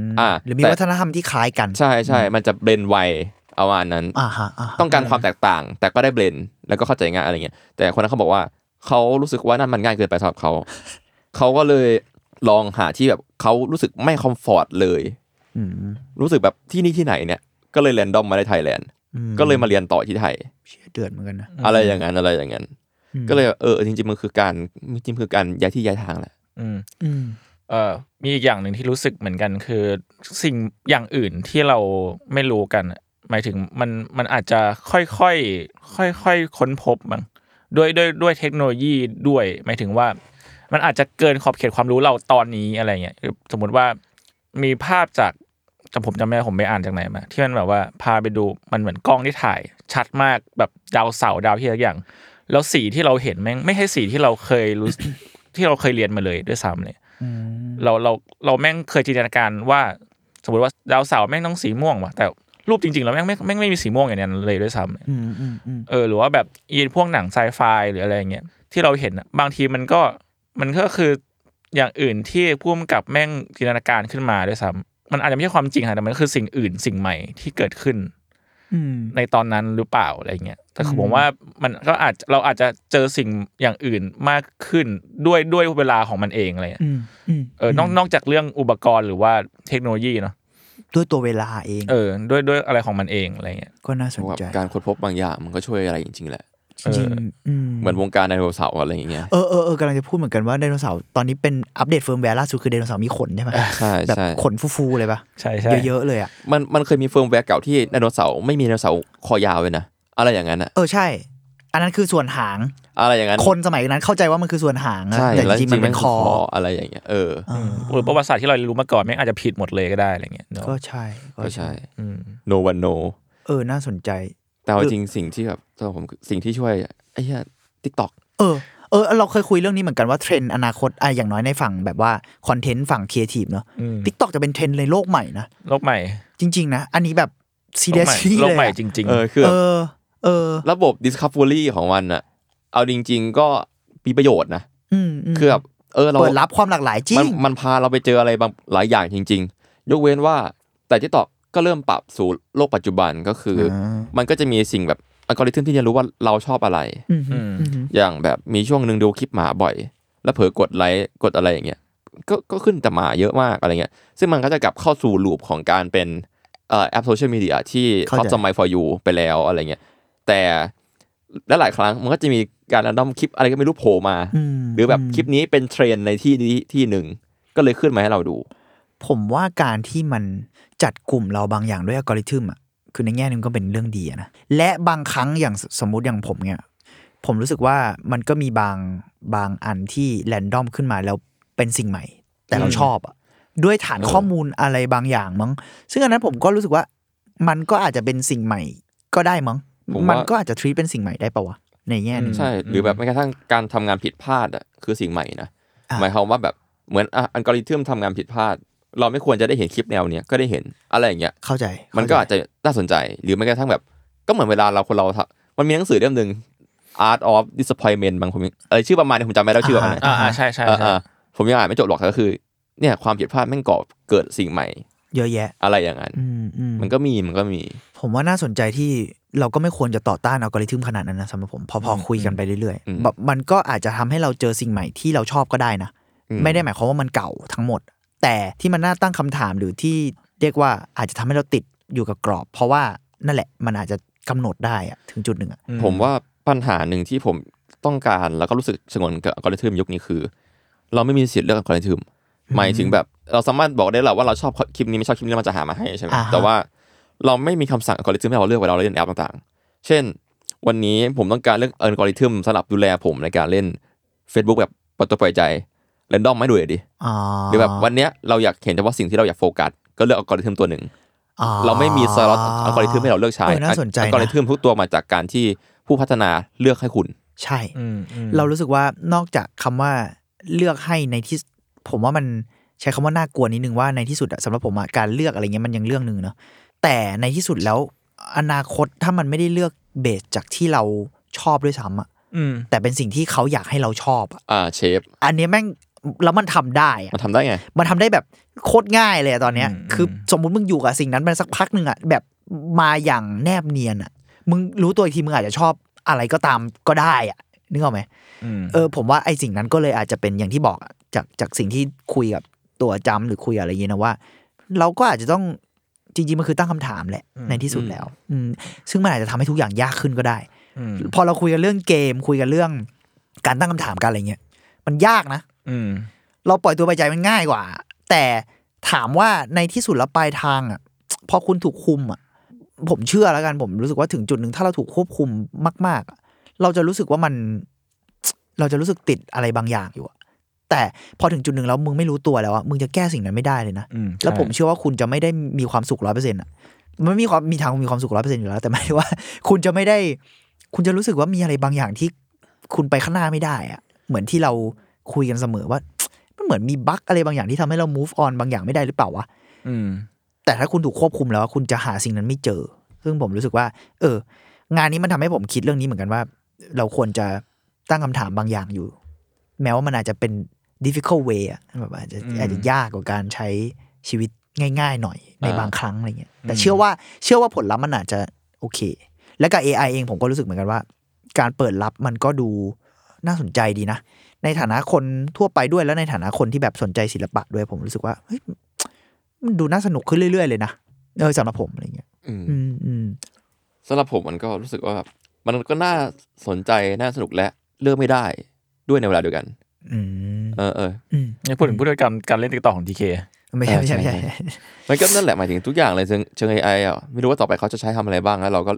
[SPEAKER 4] ม
[SPEAKER 3] อ่า
[SPEAKER 4] หรือมี
[SPEAKER 3] แต่
[SPEAKER 4] วัฒนธรรมที่คล้ายกัน
[SPEAKER 3] ใช่ใช่มันจะเบลนไวเอาวาณนั้น
[SPEAKER 4] อ่าฮะาฮะ
[SPEAKER 3] ต้องการความแตกต่าง แต่ก็ได้เบลนแล้วก็เข้าใจง่ายอะไรเงี้ยแต่คนนั้นเขาบอกว่าเขารู้สึกว่านั่นมันง่ายเกินไปสำหรับเขา เขาก็เลยลองหาที่แบบเขารู้สึกไม่คอมฟอร์ตเลย
[SPEAKER 4] อืม
[SPEAKER 3] รู้สึกแบบที่นี่ที่ไหนเนี่ย ก็เลยแรนดอมมาได้ไทยแลนด์
[SPEAKER 4] อืม
[SPEAKER 3] ก็เลยมาเรียนต่อที่ไทย
[SPEAKER 4] เชี่ยเดือดเหมือนกันนะ
[SPEAKER 3] อะไรอย่างนั้นอะไรอย่างนั้น
[SPEAKER 4] อืม
[SPEAKER 3] ก็เลยเออจริงๆมันคือการจริงๆมันคือการย้ายที่ย้ายทางแหละ
[SPEAKER 2] อืม
[SPEAKER 4] อืม
[SPEAKER 2] เอ่อมีอีกอย่างหนึ่งที่รู้สึกเหมือนกันคือสิ่งอย่างอื่นที่เราไม่รู้กันอะหมายถึงมันมันอาจจะค่อยๆค่อยๆค้นพบมั้งด้วยด้วยด้วยเทคโนโลยีด้วยหมายถึงว่า มันอาจจะเกินขอบเขตความรู้เราตอนนี้อะไรเงี้ยคือสมมติว่ามีภาพจากจำผมจำไม่ได้ผมไปอ่านจากไหนมาที่มันแบบว่าพาไปดูมันเหมือนกล้องที่ถ่าย ชัดมากแบบดาวเสาร์ดาวที่อะไรอย่าง แล้วสีที่เราเห็นแม่งไม่ใช่สีที่เราเคยรู้ ที่เราเคยเรียนมาเลยด้วยซ้ำเลย เราเราเราแม่งเคยจินตนาการว่า สมมติว่าดาวเสาร์แม่งต้องสีม่วงว่ะแต่รูปจริงๆแล้วแม่งแม่งแม่งไม่มีสีม่วงอย่างนั้นเลยด้วยซ้ำเนี่ย
[SPEAKER 4] อืมอืมอืม
[SPEAKER 2] เออหรือว่าแบบอีพวกหนังไซไฟหรืออะไรอย่างเงี้ยที่เราเห็นอะบางทีมันก็มันก็คืออย่างอื่นที่พุ่มกับแม่งจินตนาการขึ้นมาด้วยซ้ำมันอาจจะไม่ใช่ความจริงค่ะแต่มันคือสิ่งอื่นสิ่งใหม่ที่เกิดขึ้น
[SPEAKER 4] อืม
[SPEAKER 2] ในตอนนั้นหรือเปล่าอะไรเงี้ย แต่คืออ
[SPEAKER 4] ม
[SPEAKER 2] ผมว่ามันก็อาจเราอาจจะเจอสิ่งอย่างอื่นมากขึ้นด้วยด้วยเวลาของมันเองอะไรเงี้ย
[SPEAKER 4] อืมอืม
[SPEAKER 2] เออนอกนอกจากเรื่องอุปกรณ์หรือว่าเทคโนโลยีเนาะ
[SPEAKER 4] ด้วยตัวเวลาเอง
[SPEAKER 2] เออ ด้วยด้วยอะไรของมันเองอะไรเงี้ย
[SPEAKER 4] ก็น่าสน
[SPEAKER 3] แบบ
[SPEAKER 4] ใจ
[SPEAKER 3] การค้นพบบางอย่างมันก็ช่วยอะไรจริงๆแหละ
[SPEAKER 4] จริง
[SPEAKER 2] เออ
[SPEAKER 4] ๆอืม
[SPEAKER 3] เหมือนวงการไดโนเสาร์อะไรอย่างเงี้ย
[SPEAKER 4] เออเออเออกำลังจะพูดเหมือนกันว่าไดโนเสาร์ตอนนี้เป็นอัปเดตเฟิร์มแวร์ล่าสุดคือไดโนเสาร์มีขนใช่ไหม
[SPEAKER 3] ใช่
[SPEAKER 4] แบบ
[SPEAKER 3] ใช่
[SPEAKER 4] ขนฟูๆเลยปะ
[SPEAKER 2] ใช่ใช่
[SPEAKER 4] เยอะๆเลยอ่ะ
[SPEAKER 3] มันมันเคยมีเฟิร์มแวร์เก่าที่ไดโนเสาร์ไม่มีไดโนเสาร์คอยาวเลยนะ อะไรอย่างนั้นอะ
[SPEAKER 4] เออใช่ อันนั้นคือส่วนหาง
[SPEAKER 3] อะไรอย่างนั้น
[SPEAKER 4] คนสมัยนั้นเข้าใจว่ามันคือส่วนหางนะ
[SPEAKER 3] ใช่
[SPEAKER 4] แต่
[SPEAKER 3] แล้ว
[SPEAKER 4] จริงๆมันเป็นคอ
[SPEAKER 3] อะไรอย่างเงี้ยเออ
[SPEAKER 4] เออ
[SPEAKER 2] หรือประวัติศาสตร์ที่เรารู้มาก่อนแม่งอาจจะผิดหมดเลยก็ได้อะไรเงี้ยเนอะ
[SPEAKER 4] ก็ใช่
[SPEAKER 3] ก็ใช่
[SPEAKER 2] อืม
[SPEAKER 3] no one know
[SPEAKER 4] เออน่าสนใจ
[SPEAKER 3] แต่เอาจริงสิ่งที่แบบสำหรับผมคือสิ่งที่ช่วยไอ้เหี้ยทิกตอก
[SPEAKER 4] เออเออ เราเคยคุยเรื่องนี้เหมือนกันว่าเทรนด์อนาคตอะอย่างน้อยในฝั่งแบบว่าคอนเทนต์ฝั่งครีเอทีฟเนาะ
[SPEAKER 2] อืม
[SPEAKER 4] ทิกตอกจะเป็นเทรนด์ในโลกใหม่นะ
[SPEAKER 2] โลกใหม่
[SPEAKER 4] จริง ๆ นะ อันนี้แบบซี
[SPEAKER 2] โล
[SPEAKER 4] เรีย
[SPEAKER 2] กใหม่
[SPEAKER 4] ส
[SPEAKER 2] โลก
[SPEAKER 4] เลย
[SPEAKER 2] ใหม่
[SPEAKER 4] อะ
[SPEAKER 2] จริง
[SPEAKER 3] เออคือ
[SPEAKER 4] เออ เออ
[SPEAKER 3] ระบบ discovery ของมันอะเอาจริง ๆ ก็มีประโยชน์นะ
[SPEAKER 4] อืมม
[SPEAKER 3] คือแบบเออเรา
[SPEAKER 4] เปิดรับความหลากหลายจริ
[SPEAKER 3] มั
[SPEAKER 4] ง
[SPEAKER 3] นมันพาเราไปเจออะไรบางหลายอย่างจริง ๆ ยกเว้นว่าแต่ที่ตอบก็เริ่มปรับสู่โลกปัจจุบันก็คืออ
[SPEAKER 4] ม
[SPEAKER 3] มันก็จะมีสิ่งแบบอัลกอริทึมที่จะรู้ว่าเราชอบอะไร
[SPEAKER 4] อืมอืม
[SPEAKER 2] อื
[SPEAKER 3] อย่างแบบมีช่วงหนึ่งดูคลิปหมาบ่อย แล้วเผลอกดไลค์กดอะไรอย่างเงี้ยก็ก็ขึ้นแต่หมาเยอะมากอะไรเงี้ยซึ่งมันก็จะกลับเข้าสู่ลูปของการเป็นเอ่อแอปโซเชียลมีเดียที่
[SPEAKER 4] เข้า
[SPEAKER 3] ท็
[SPEAKER 4] ใจ
[SPEAKER 3] อปสมัย for you ไปแล้วอะไรเงี้ยแต่และหลายครั้งมันก็จะมีการรันดอมคลิปอะไรก็ไม่รู้โผล่มา
[SPEAKER 4] ม
[SPEAKER 3] หรือแบบคลิปนี้เป็นเทรนด์ในที่นี้ที่หนึ่งก็เลยขึ้นมาให้เราดู
[SPEAKER 4] ผมว่าการที่มันจัดกลุ่มเราบางอย่างด้วยอัลกอริทึมอ่ะคือในแง่หนึงก็เป็นเรื่องดีอะนะและบางครั้งอย่างสสมมติอย่างผมเนี่ย ผมรู้สึกว่ามันก็มีบางบางอันที่แรนดอมขึ้นมาแล้วเป็นสิ่งใหม่ แต่เรา
[SPEAKER 2] อืม
[SPEAKER 4] ชอบอ่ะด้วยฐานข้อมูลอะไรบางอย่างมั้ง ซึ่งอันนั้นผมก็รู้สึกว่า มันก็อาจจะเป็นสิ่งใหม่ก็ได้มั้ง
[SPEAKER 3] ผมว่ามั
[SPEAKER 4] นก็อาจจะทรีตเป็นสิ่งใหม่ได้ปะวะในแง่หนึง
[SPEAKER 3] ใช่หรือแบบแม้กระทั่งการทำงานผิดพลาดอ่ะคือสิ่งใหม่นะ
[SPEAKER 4] อ่ะ
[SPEAKER 3] หมายความว่าแบบเหมือนอัลกอริทึมทำงานผิดพลาด เราไม่ควรจะได้เห็นคลิปแนวเนี้ยก็ได้เห็นอะไรอย่างเงี้ย
[SPEAKER 4] เข้าใจ
[SPEAKER 3] มันก็อาจจะน่าสนใจ หรือแม้กระทั่งแบบ ก็เหมือนเวลาเราคนเราทำมันมีหนังสือเล่มหนึ่ง Art of Disappointment บางคนอะไรชื่อประมาณนี้ผมจำไม่ได้แล้วชื่อประมาณไหน
[SPEAKER 2] ๆอ่าอ่าใช่ใช่
[SPEAKER 3] เออ
[SPEAKER 2] ใช่
[SPEAKER 3] เออผมยังอ่านไม่จบหรอกแต่ก็คือเนี่ยความผิดพลาดแม่งก่อเกิดสิ่งใหม่
[SPEAKER 4] เยอะแยะ
[SPEAKER 3] อะไรอย่างนั้น
[SPEAKER 4] อืมอืม
[SPEAKER 3] มันก็มีมันก็มี
[SPEAKER 4] ผมว่าน่าสนใจที่เราก็ไม่ควรจะต่อต้านอัลกอริทึมขนาดนั้นนะสำหรับผมพอพอคุยกันไปเรื่อย
[SPEAKER 3] อืม
[SPEAKER 4] ๆแบบมันก็อาจจะทำให้เราเจอสิ่งใหม่ที่เราชอบก็ได้นะ
[SPEAKER 3] อืม
[SPEAKER 4] ไม่ได้หมายความว่ามันเก่าทั้งหมด แต่ที่มันน่าตั้งคำถามหรือที่เรียกว่าอาจจะทำให้เราติดอยู่กับกรอบ เพราะว่านั่นแหละมันอาจจะกำหนดได้อะถึงจุดหนึ่งอะ
[SPEAKER 2] อื
[SPEAKER 3] ผมว่าปัญหาหนึ่งที่ผมต้องการแล้วก็รู้สึกสงวนกับอัลกอริทึมยุคนี้คือ เราไม่มีสิทธิ์เลือกอัลกอริทึมหมายถึงแบบเราสามารถบอกได้แหละว่าเราชอบคลิปนี้ไม่ชอบคลิปนี้แล้วมันจะหามาให้ใช่ไหมแต่ว่าเราไม่มีคำสั่งอัลกอริทึมให้เราเลือกเวลาเราเล่นแอปต่างๆ เช่น วันนี้ผมต้องการเลือกอัลกอริทึมสำหรับดูแลผมในการเล่น Facebook แบบปลดตัวปล่อยใจเรนดอมไม่ดูเลยดิ
[SPEAKER 4] อ๋อ
[SPEAKER 3] หรือแบบวันเนี้ยเราอยากเห็นเฉพาะสิ่งที่เราอยากโฟกัสก็เลือกอัลกอริทึมตัวหนึ่ง
[SPEAKER 4] อ๋อ
[SPEAKER 3] เราไม่มีสล็อตอัลกอริทึมให้เราเลือกใช้
[SPEAKER 4] น่าสนใจ
[SPEAKER 3] อัล
[SPEAKER 4] นะ
[SPEAKER 3] กอริทึมทุกตัวมาจากการที่ผู้พัฒนาเลือกให้คุณ
[SPEAKER 4] ใช่
[SPEAKER 2] อืมอืม
[SPEAKER 4] เรารู้สึกว่านอกจากคำว่าเลือกให้ในที่ผมว่ามันใช้คำว่าน่ากลัวนิดนึงว่าในที่สุดอะสำหรับผมอะการเลือกอะไรเงี้ยมันยังเรื่องหนึ่งเนาะแต่ในที่สุดแล้วอนาคตถ้ามันไม่ได้เลือกเบสจากที่เราชอบด้วยซ้ำอะ
[SPEAKER 2] อืม
[SPEAKER 4] แต่เป็นสิ่งที่เขาอยากให้เราชอบอะ
[SPEAKER 3] อ่าเชฟ
[SPEAKER 4] อันเนี้ยแม่ง แล้วมันทำได้อะ
[SPEAKER 3] มันทำได้ไง
[SPEAKER 4] มันทำได้แบบโคตรง่ายเลยอะตอนเนี้ย
[SPEAKER 2] อืม
[SPEAKER 4] คือสมมุติมึงอยู่กับสิ่งนั้นไปสักพักหนึ่งอะแบบมาอย่างแนบเนียนอะมึงรู้ตัวอีกทีมึงอาจจะชอบอะไรก็ตามก็ได้อะนึกออกไหมเออผมว่าไอ้สิ่งนั้นก็เลยอาจจะเป็นอย่างที่บอกอะจากจากสิ่งที่คุยกับตัวจำหรือคุยกับอะไรอย่างเงี้ยนะว่า เราก็อาจจะต้องจริงๆมันคือตั้งคำถามแหละ
[SPEAKER 2] อืม
[SPEAKER 4] ในที่สุดแล้วอืมซึ่งมันอาจจะทำให้ทุกอย่างยากขึ้นก็ได้
[SPEAKER 2] อืม
[SPEAKER 4] พอเราคุยกันเรื่องเกม คุยกันเรื่อง การตั้งคำถามกันอะไรเงี้ยมันยากนะ
[SPEAKER 2] อืม
[SPEAKER 4] เราปล่อยตัวไปใจมันง่ายกว่า แต่ถามว่าในที่สุดแล้วปลายทางอ่ะ พอคุณถูกคุมอ่ะ ผมเชื่อแล้วกันผมรู้สึกว่าถึงจุดหนึ่งถ้าเราถูกควบคุมมาก ๆอะเราจะรู้สึกว่ามัน เราจะรู้สึกติดอะไรบางอย่างอยู่อะแต่พอถึงจุดหนึ่งแล้วมึงไม่รู้ตัวแล้วอ่ะมึงจะแก้สิ่งนั้นไม่ได้เลยนะ
[SPEAKER 2] อืใช่
[SPEAKER 4] แล้วผมเชื่อว่าคุณจะไม่ได้มีความสุขร้อยเปอร์เซ็นต์อ่ะมันมีความมีทางมีความสุขร้อยเปอร์เซ็นต์อยู่แล้ว แต่หมายถึง ว่า คุณจะไม่ได้ คุณจะรู้สึกว่ามีอะไรบางอย่างที่คุณไปข้างหน้าไม่ได้อ่ะ เหมือนที่เราคุยกันเสมอว่า มันเหมือนมีบั๊กอะไรบางอย่างที่ทำให้เรา move on บางอย่างไม่ได้หรือเปล่าวะ
[SPEAKER 2] อืม
[SPEAKER 4] แต่ถ้าคุณถูกควบคุมแล้วอะคุณจะหาสิ่งนั้นไม่เจอ ซึ่งผมรู้สึกว่า เออ งานนี้มันทำให้ผมคิดเรื่องนี้เหมือนกันว่า เราควรจะตั้งคำถามบางอย่างอยู่ แม้ว่ามันอาจจะเป็น difficult way อะแบบอาจจะ
[SPEAKER 2] อืม
[SPEAKER 4] อาจจะยากกว่าการใช้ชีวิตง่าย ๆ หน่อยใน
[SPEAKER 3] อ่า
[SPEAKER 4] บางครั้งอะไรเงี้ย แต่
[SPEAKER 2] อืม
[SPEAKER 4] เชื่อว่าเชื่อว่าผลลัพธ์มันอาจจะโอเค และกับ AI เองผมก็รู้สึกเหมือนกันว่า การเปิดรับมันก็ดูน่าสนใจดีนะ ในฐานะคนทั่วไปด้วยและในฐานะคนที่แบบสนใจศิลปะด้วยผมรู้สึกว่าเฮ้ยมันดูน่าสนุกขึ้นเรื่อย ๆ เลยนะเออสำหรับผมอะไรเงี้ย
[SPEAKER 3] อืม
[SPEAKER 4] อืมอืม
[SPEAKER 3] สำหรับผมมันก็รู้สึกว่าแบบมันก็น่าสนใจน่าสนุกและเลือกไม่ได้ด้วยในเวลาเดียวกัน
[SPEAKER 4] อืม
[SPEAKER 3] เออเออ
[SPEAKER 4] อืม
[SPEAKER 2] เนี่ยพูดถึงพฤติกรรมการเล่นติ๊กต็อกของ TK
[SPEAKER 4] ไม่ใช่ไม่ใช่
[SPEAKER 3] ใช่
[SPEAKER 4] ไม่ใช่
[SPEAKER 3] มันก็นั่นแหละหมายถึงทุกอย่างเลยเชิงเชิง AI อ่ะไม่รู้ว่าต่อไปเขาจะใช้ทำอะไรบ้างแล้ว เราก็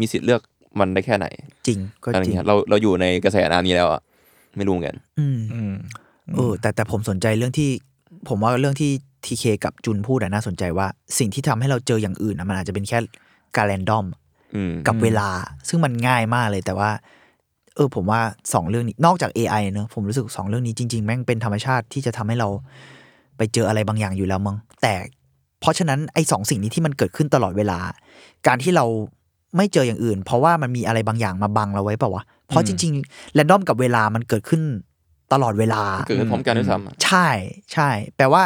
[SPEAKER 3] มีสิทธิ์เลือกมันได้แค่ไหน
[SPEAKER 4] จริงก็
[SPEAKER 3] อะไร
[SPEAKER 4] จริง
[SPEAKER 3] เงี้ยเราเราอยู่ในกระแสน้ำนี้แล้วอ่ะไม่รู้เหมือนกัน
[SPEAKER 4] อืม
[SPEAKER 2] อืม
[SPEAKER 4] เออแต่แต่ผมสนใจเรื่องที่ ผมว่าเรื่องที่ทีเคกับจุนพูดอะน่าสนใจว่า สิ่งที่ทำให้เราเจออย่างอื่นอะมันอาจจะเป็นแค่การแรนดอม
[SPEAKER 3] อืม
[SPEAKER 4] กับ
[SPEAKER 2] อืม
[SPEAKER 4] เวลาซึ่งมันง่ายมากเลยแต่ว่า เออผมว่าสองเรื่องนี้นอกจาก AI เนอะผมรู้สึกสองเรื่องนี้จริง ๆ แม่งเป็นธรรมชาติที่จะทำให้เราไปเจออะไรบางอย่างอยู่แล้วมั้งแต่เพราะฉะนั้นไอ้สองสิ่งนี้ที่มันเกิดขึ้นตลอดเวลา การที่เราไม่เจออย่างอื่น เพราะว่ามันมีอะไรบางอย่างมาบังเราไว้เปล่าวะเพราะจริงๆแรนดอมกับเวลามันเกิดขึ้นตลอดเวลา
[SPEAKER 3] เกิดขึ้นพร้อมกันด้วยซ้ำอะ
[SPEAKER 4] ใช่ใช่ แปลว่า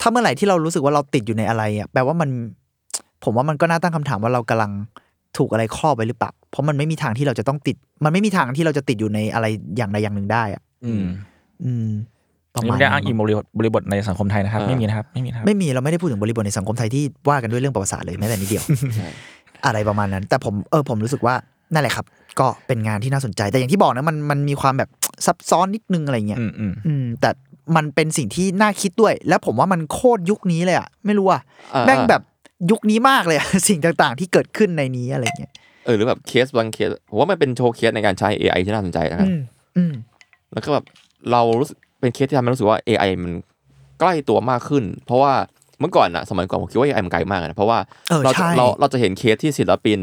[SPEAKER 4] ถ้าเมื่อไหร่ที่เรารู้สึกว่าเราติดอยู่ในอะไรอ่ะแปลว่ามัน ผมว่ามันก็น่าตั้งคำถามว่าเรากำลังถูกอะไรครอบไว้หรือเปล่าเพราะมันไม่มีทางที่เราจะต้องติด มันไม่มีทางที่เราจะติดอยู่ในอะไรอย่างใดอย่างหนึ่งได้อ่ะ
[SPEAKER 2] อืม
[SPEAKER 4] อืม ประ
[SPEAKER 2] นี่
[SPEAKER 4] มาณ
[SPEAKER 2] ไม่ได้อ้างอิ
[SPEAKER 4] นั้
[SPEAKER 2] ง
[SPEAKER 4] น
[SPEAKER 2] บริบทบริบทในสังคมไทยนะครับ ไม่มีนะครับ ไม่มีนะครับ
[SPEAKER 4] ไม่มีเราไม่ได้พูดถึงบริบทในสังคมไทยที่ว่ากันด้วยเรื่องประวัติศาสตร์เลยแม้แต่นิดเดียว
[SPEAKER 3] ใช่
[SPEAKER 4] อะไรประมาณนั้น แต่ผมเออผมรู้สึกว่านั่นแหละครับ ก็เป็นงานที่น่าสนใจแต่อย่างที่บอกนะมันมันมีความแบบซับซ้อนนิดนึงอะไรอย่างเงี้ย
[SPEAKER 2] อืมอืม
[SPEAKER 4] อืมแต่มันเป็นสิ่งที่น่าคิดด้วย แล้วผมว่ามันโคตรยุคนี้เลยอะไม่รู้อะ
[SPEAKER 3] อ่า
[SPEAKER 4] แม่งแบบยุคนี้มากเลยอะ สิ่งต่างๆ ที่เกิดขึ้นในนี้อะไรเงี้ย
[SPEAKER 3] เออหรือแบบเคสบางเคสผมว่ามันเป็นโชว์เคสในการใช้ AI ที่น่าสนใจนะครับ
[SPEAKER 4] อืมอืม
[SPEAKER 3] แล้วก็แบบเรารู้สึกเป็นเคสที่ทำให้รู้สึกว่า AI มันใกล้ตัวมากขึ้น เพราะว่าเมื่อก่อนอะสมัยก่อนผมคิดว่า AI มันไกลมากนะเพราะว่า
[SPEAKER 4] เออ
[SPEAKER 3] เราจะ
[SPEAKER 4] ใช่
[SPEAKER 3] เราเราจะเห็นเคสที่ศิลปิน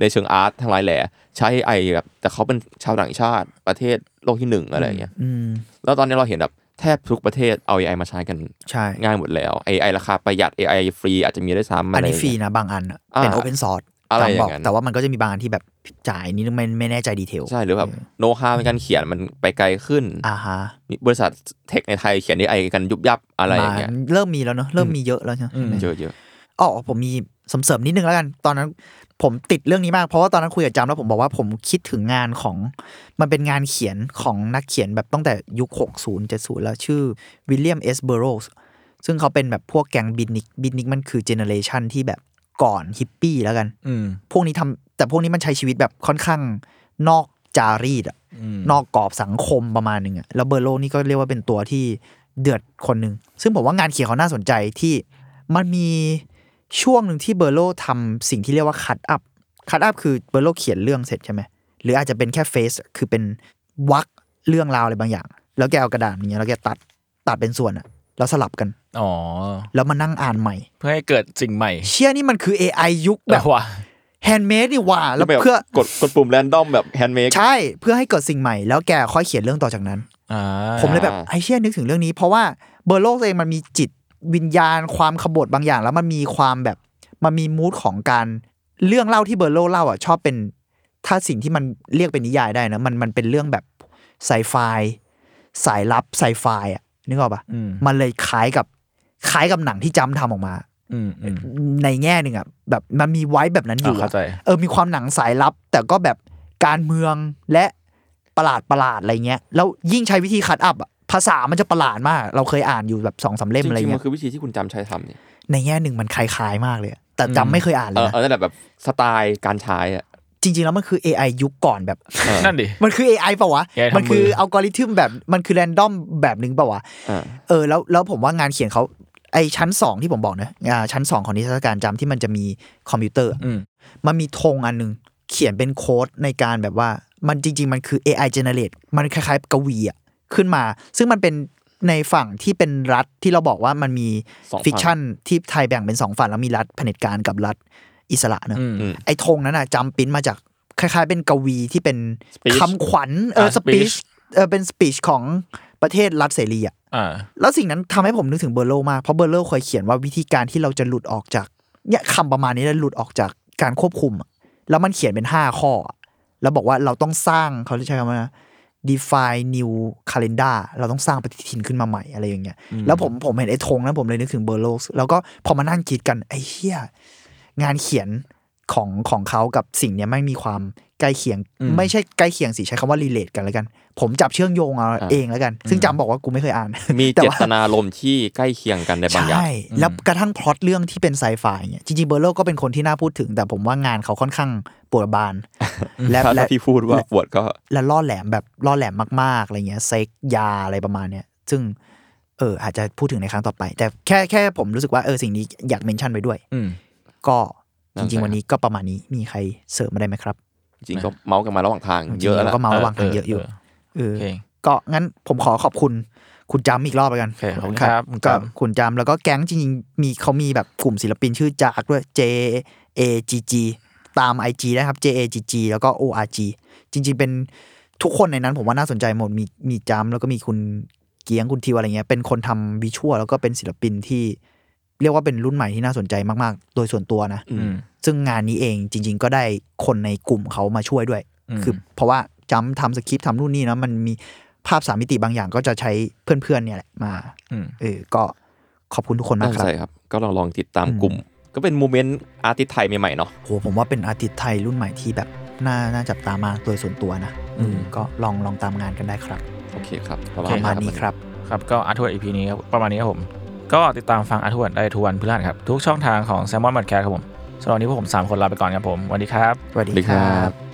[SPEAKER 3] ในเชิงอาร์ตทั้งหลายแหล่ใช้ AI แบบแต่เขาเป็นชาวต่างชาติประเทศโลกที่หนึ่งอะไรอย่างเงี้ย
[SPEAKER 4] อืม
[SPEAKER 3] แล้วตอนนี้เราเห็นแบบแทบทุกประเทศเอา AI มาใช้กัน
[SPEAKER 4] ใช่
[SPEAKER 3] ง่ายหมดแล้ว AI ราคาประหยัด AI ฟรีอาจจะมีได้วยซ้ำ
[SPEAKER 4] อั
[SPEAKER 3] อะ
[SPEAKER 4] น
[SPEAKER 3] ไรอ
[SPEAKER 4] นี้
[SPEAKER 3] ย่าง
[SPEAKER 4] ฟรี
[SPEAKER 3] เงี้ย
[SPEAKER 4] นะบางอันอะ
[SPEAKER 3] อ่า
[SPEAKER 4] เป็นโอเพนซอร์ส
[SPEAKER 3] อะไรอย่าง
[SPEAKER 4] บอก
[SPEAKER 3] นั้น
[SPEAKER 4] แต่ว่ามันก็จะมีบางอันที่แบบจ่ายนี่ไม่ไม่แน่ใจดีเทล
[SPEAKER 3] ใช่หรือแบบโน้ตฮาในการเขียนมันไปไกลขึ้น
[SPEAKER 4] อ่าฮะ
[SPEAKER 3] มีบริษัทเทคในไทยเขียนดีไอกันยุบยับอะไรอย่างเงี้ย
[SPEAKER 4] มันเริ่มมีแล้วเนอะเริ่มมีเยอะแล้วใช่ไหม
[SPEAKER 3] เยอะเยอะ
[SPEAKER 4] อ๋อผมมีสมเสริมนิดนึงแล้วกัน ตอนนั้นผมติดเรื่องนี้มาก เพราะว่าตอนนั้นคุยกับจำแล้วผมบอกว่าผมคิดถึงงานของ มันเป็นงานเขียนของนักเขียนแบบตั้งแต่ยุค 60 70 แล้วชื่อวิลเลียมเอสเบโรสซึ่งเขาเป็นแบบพวกแก๊งบินนิกบินนิกมันคือเจเนอเรชันที่แบบก่อนฮิปปี้แล้วกัน
[SPEAKER 2] อืม
[SPEAKER 4] พวกนี้ทำแต่พวกนี้มันใช้ชีวิตแบบค่อนข้างนอกจารีตอะนอกกรอบสังคมประมาณหนึ่งอะแล้วเบอร์โลนี่ก็เรียกว่าเป็นตัวที่เดือดคนหนึ่งซึ่งผมว่างานเขียนเขาน่าสนใจที่มันมีช่วงหนึ่งที่เบอร์โลทำสิ่งที่เรียกว่าคัดอัพคัดอัพคือเบอร์โลเขียนเรื่องเสร็จใช่ไหมหรืออาจจะเป็นแค่เฟสคือเป็นวักเรื่องราวอะไรบางอย่าง แล้วแกเอากระดาษอย่างเงี้ยแล้วแกตัดตัดเป็นส่วนอะแล้วสลับกัน
[SPEAKER 2] อ๋อ
[SPEAKER 4] แล้วมานั่งอ่านใหม่
[SPEAKER 2] เพื่อให้เกิดสิ่งใหม่
[SPEAKER 4] เชี่ยนี่มันคือ AI ยุค
[SPEAKER 2] แบ
[SPEAKER 4] แบบ บ
[SPEAKER 2] ว่า
[SPEAKER 4] แฮนด์เมดนี่หว่า
[SPEAKER 3] ๆ
[SPEAKER 4] แล้ว
[SPEAKER 3] ไม่บบ
[SPEAKER 4] เพื่อ
[SPEAKER 3] กดกดปุ่มแรนดอมแบบแฮนด์เมด
[SPEAKER 4] ใช่เพื่อให้เกิดสิ่งใหม่แล้วแกค่อยเขียนเรื่องต่อจากนั้น
[SPEAKER 2] อ่า
[SPEAKER 4] ผมเลยแบบไอ้เชี่ยนึกถึงเรื่องนี้ เพราะว่าเบอร์โลกเองมันมีจิตวิญญาณความขบฏบางอย่าง แล้วมันมีความแบบมันมีมูดของการเรื่องเล่าที่เบอร์โลกเล่าอ่ะชอบเป็น ถ้าสิ่งที่มันเรียกเป็นนิยายได้นะมันมันเป็นเรื่องแบบไซไฟสายลับไซไฟอ่ะ นึกออกปะ
[SPEAKER 2] อืม
[SPEAKER 4] มันเลยคล้ายกับคล้ายกับหนังที่จำทำออกมา
[SPEAKER 2] อืมอืม
[SPEAKER 4] ในแง่หนึ่งอ่ะแบบมันมีไว้แบบนั้นอยู่
[SPEAKER 2] อ่ะ
[SPEAKER 4] อะ
[SPEAKER 2] เข้าใจ
[SPEAKER 4] เออมีความหนังสายลับ แต่ก็แบบการเมืองและประหลาดประหลาดอะไรเงี้ยแล้วยิ่งใช้วิธีคัดอัพอะภาษามันจะประหลาดมาก เราเคยอ่านอยู่แบบสองสาเล่มอะไร
[SPEAKER 3] จริงๆมัน
[SPEAKER 4] เงี้ย
[SPEAKER 3] คือวิธีที่คุณจำใช้ทำเนี่ย
[SPEAKER 4] ในแง่หนึ่งมันคล้ายๆมากเลยอะแต่จำไม่เคยอ่านเล
[SPEAKER 3] เอย อ
[SPEAKER 4] นะ
[SPEAKER 3] เออนั่นแหละแบบสไตล์การใช้อ่ะ
[SPEAKER 4] จริง ๆ แล้วมันคือ AI ยุคก่อนแบบ
[SPEAKER 3] เออ
[SPEAKER 2] นั่นดิ
[SPEAKER 4] มันคือ AI เปล่าวะ
[SPEAKER 2] AI ทำมือ
[SPEAKER 4] มันคืออัลกอริทึมแบบ มันคือแรนดอมแบบหนึงเปล่าวะ
[SPEAKER 3] เออ
[SPEAKER 4] เออ แล้วแล้วผมว่างานเขียนเขาไอชั้น 2 ที่ผมบอกนะอ่าชั้น 2 ของนิทรรศการจำที่มันจะมีคอมพิวเตอร์อะ
[SPEAKER 2] อืม
[SPEAKER 4] มันมีธงอันหนึง เขียนเป็นโค้ดในการแบบว่า มันจริง ๆ มันคือ AI generate มันคล้ายๆ กวีอะขึ้นมา ซึ่งมันเป็นในฝั่งที่เป็นรัฐที่เราบอกว่ามันมี
[SPEAKER 3] สองฝั่ง
[SPEAKER 4] ฟิกชันที่ไทยแบ่งเป็นสองฝั่งแล้วมีรัฐเผด็จการกับรัฐอิสระเนอะ
[SPEAKER 2] อืม
[SPEAKER 3] อืม
[SPEAKER 4] ไอ้ธงนั้นน่ะจำปริ้นมาจากคล้ายๆ เป็นกวีที่เป็น
[SPEAKER 3] Speech
[SPEAKER 4] คำขวัญเออ
[SPEAKER 2] อ่า
[SPEAKER 4] สปีช
[SPEAKER 2] speech
[SPEAKER 4] เออเป็นสปีชของประเทศรัฐเสรีอ่ะ
[SPEAKER 2] อ่า
[SPEAKER 4] แล้วสิ่งนั้นทำให้ผมนึกถึงเบอร์โลมากเพราะเบอร์โลเคยเขียนว่าวิธีการที่เราจะหลุดออกจากเนี่ยคำประมาณนี้แล้วหลุดออกจากการควบคุมอะแล้วมันเขียนเป็นห้าข้ออะแล้วบอกว่าเราต้องสร้างเขาใช้คำว่านะ define new calendar เราต้องสร้างปฏิทินขึ้นมาใหม่อะไรอย่างเงี้ยแล้วผมผมเห็นไอ้ธงนั้นผมเลยนึกถึงเบอร์โลแล้วก็พอมานั่งคิดกันไอ้เหี้ย งานเขียนของของเขากับสิ่งเนี้ยไม่มีความใกล้เคียง
[SPEAKER 2] อืม
[SPEAKER 4] ไม่ใช่ใกล้เคียงสิใช้คำว่า รีเลทกันแล้วกัน ผมจับเชื่อมโยงเอา
[SPEAKER 3] อ่า
[SPEAKER 4] เองแล้วกัน ซึ่งจำบอกว่ากูไม่เคยอ่าน
[SPEAKER 3] มี
[SPEAKER 4] แต่
[SPEAKER 3] เจ
[SPEAKER 4] ว่า
[SPEAKER 3] ตนารมณ์ที่ใกล้เคียงกันในบางอย่าง
[SPEAKER 4] ใช่ แล้วกระทั่งพล็อตเรื่องที่เป็นไซไฟเนี่ยจริงๆเบอร์โลก็เป็นคนที่น่าพูดถึง แต่ผมว่างานเขาค่อนข้างปวดบาน และ
[SPEAKER 3] ถ้า
[SPEAKER 4] และ
[SPEAKER 3] ถ้าพี่พูดว่าปวดก็
[SPEAKER 4] และล่อแหลมแบบล่อแหลมมากๆอะไรเงี้ยเซ็กยาอะไรประมาณเนี้ยซึ่งเอออาจจะพูดถึงในครั้งต่อไป แต่แค่แค่ผมรู้สึกว่าเออสิ่งนี้อยากเมนชั่นไปด้วย
[SPEAKER 2] อืม
[SPEAKER 4] ก็จ
[SPEAKER 3] น่าสนใจ
[SPEAKER 4] ริง ๆ วันนี้ก็ประมาณนี้มีใครเสริมมาได้ไหมครับ
[SPEAKER 3] จริงๆก็เมาส์กันมาระหว่างทางเยอะ
[SPEAKER 4] จริงๆ
[SPEAKER 3] แล้ว
[SPEAKER 4] ราก็เมาระหว่างทางเยอะอยู่เออ
[SPEAKER 2] โอเค
[SPEAKER 4] ก็งั้นผมขอขอบคุณคุณจามอีกรอบแล้วกัน
[SPEAKER 2] โอเคขอบคุณครับคุณ
[SPEAKER 4] ก็
[SPEAKER 2] จาม
[SPEAKER 4] คุณจามแล้วก็แก๊งจริงๆ มีเขามีแบบกลุ่มศิลปินชื่อจากด้วย J A G G ตาม IG ได้ครับ J A G G แล้วก็ O R G จริง ๆ เป็นทุกคนในนั้นผมว่าน่าสนใจหมด มีมีจามแล้วก็มีคุณเกียงคุณทิวอะไรเงี้ย เป็นคนทำวิชวลแล้วก็เป็นศิลปินที่ เรียกว่าเป็นรุ่นใหม่ที่น่าสนใจมากๆ โดยส่วนตัวนะ
[SPEAKER 2] อืม
[SPEAKER 4] ซึ่งงานนี้เองจริง ๆ ก็ได้คนในกลุ่มเขามาช่วยด้วย
[SPEAKER 2] อืม
[SPEAKER 4] คือเพราะว่าจำทำสคริปต์ทำนู่นนี่นะมันมีภาพสามมิติบางอย่างก็จะใช้เพื่อนๆเนี่ยแหละมา
[SPEAKER 2] อืม
[SPEAKER 4] เออก็ขอบคุณทุกคนมา
[SPEAKER 3] น่าก สน
[SPEAKER 4] ครับ
[SPEAKER 3] ใจครับ ก็ลองลองติดตาม
[SPEAKER 4] อืม
[SPEAKER 3] กลุ่ม ก็เป็นโมเมนต์อาร์ติสไทยใหม่ๆเนาะ
[SPEAKER 4] โหผมว่าเป็นอาร์ติสต์ไทยรุ่นใหม่ที่แบบน่าน่าจับตามากโดยส่วนตัวนะ
[SPEAKER 2] อืม
[SPEAKER 4] ก็ลองลองตามงานกันได้ครับ
[SPEAKER 3] โอเคครับเ
[SPEAKER 4] ประมาณนี้ครับ
[SPEAKER 2] ครับก็อาร์ทวดอีพีนี้ครับประมาณนี้ครับผม ก็ติดตามฟังอาร์ทวดได้ทุกวันพฤหัสครับ ทุกช่องทางของแซมมอนบัดแคร์ครับผมสำหรับวันนี้พวกผม 3 คนลาไปก่อนครับผมสวัสดีครับ
[SPEAKER 4] สวัส
[SPEAKER 3] ส
[SPEAKER 4] ดี
[SPEAKER 3] วัสดี
[SPEAKER 4] ค
[SPEAKER 3] ค
[SPEAKER 4] รั
[SPEAKER 3] รับ บ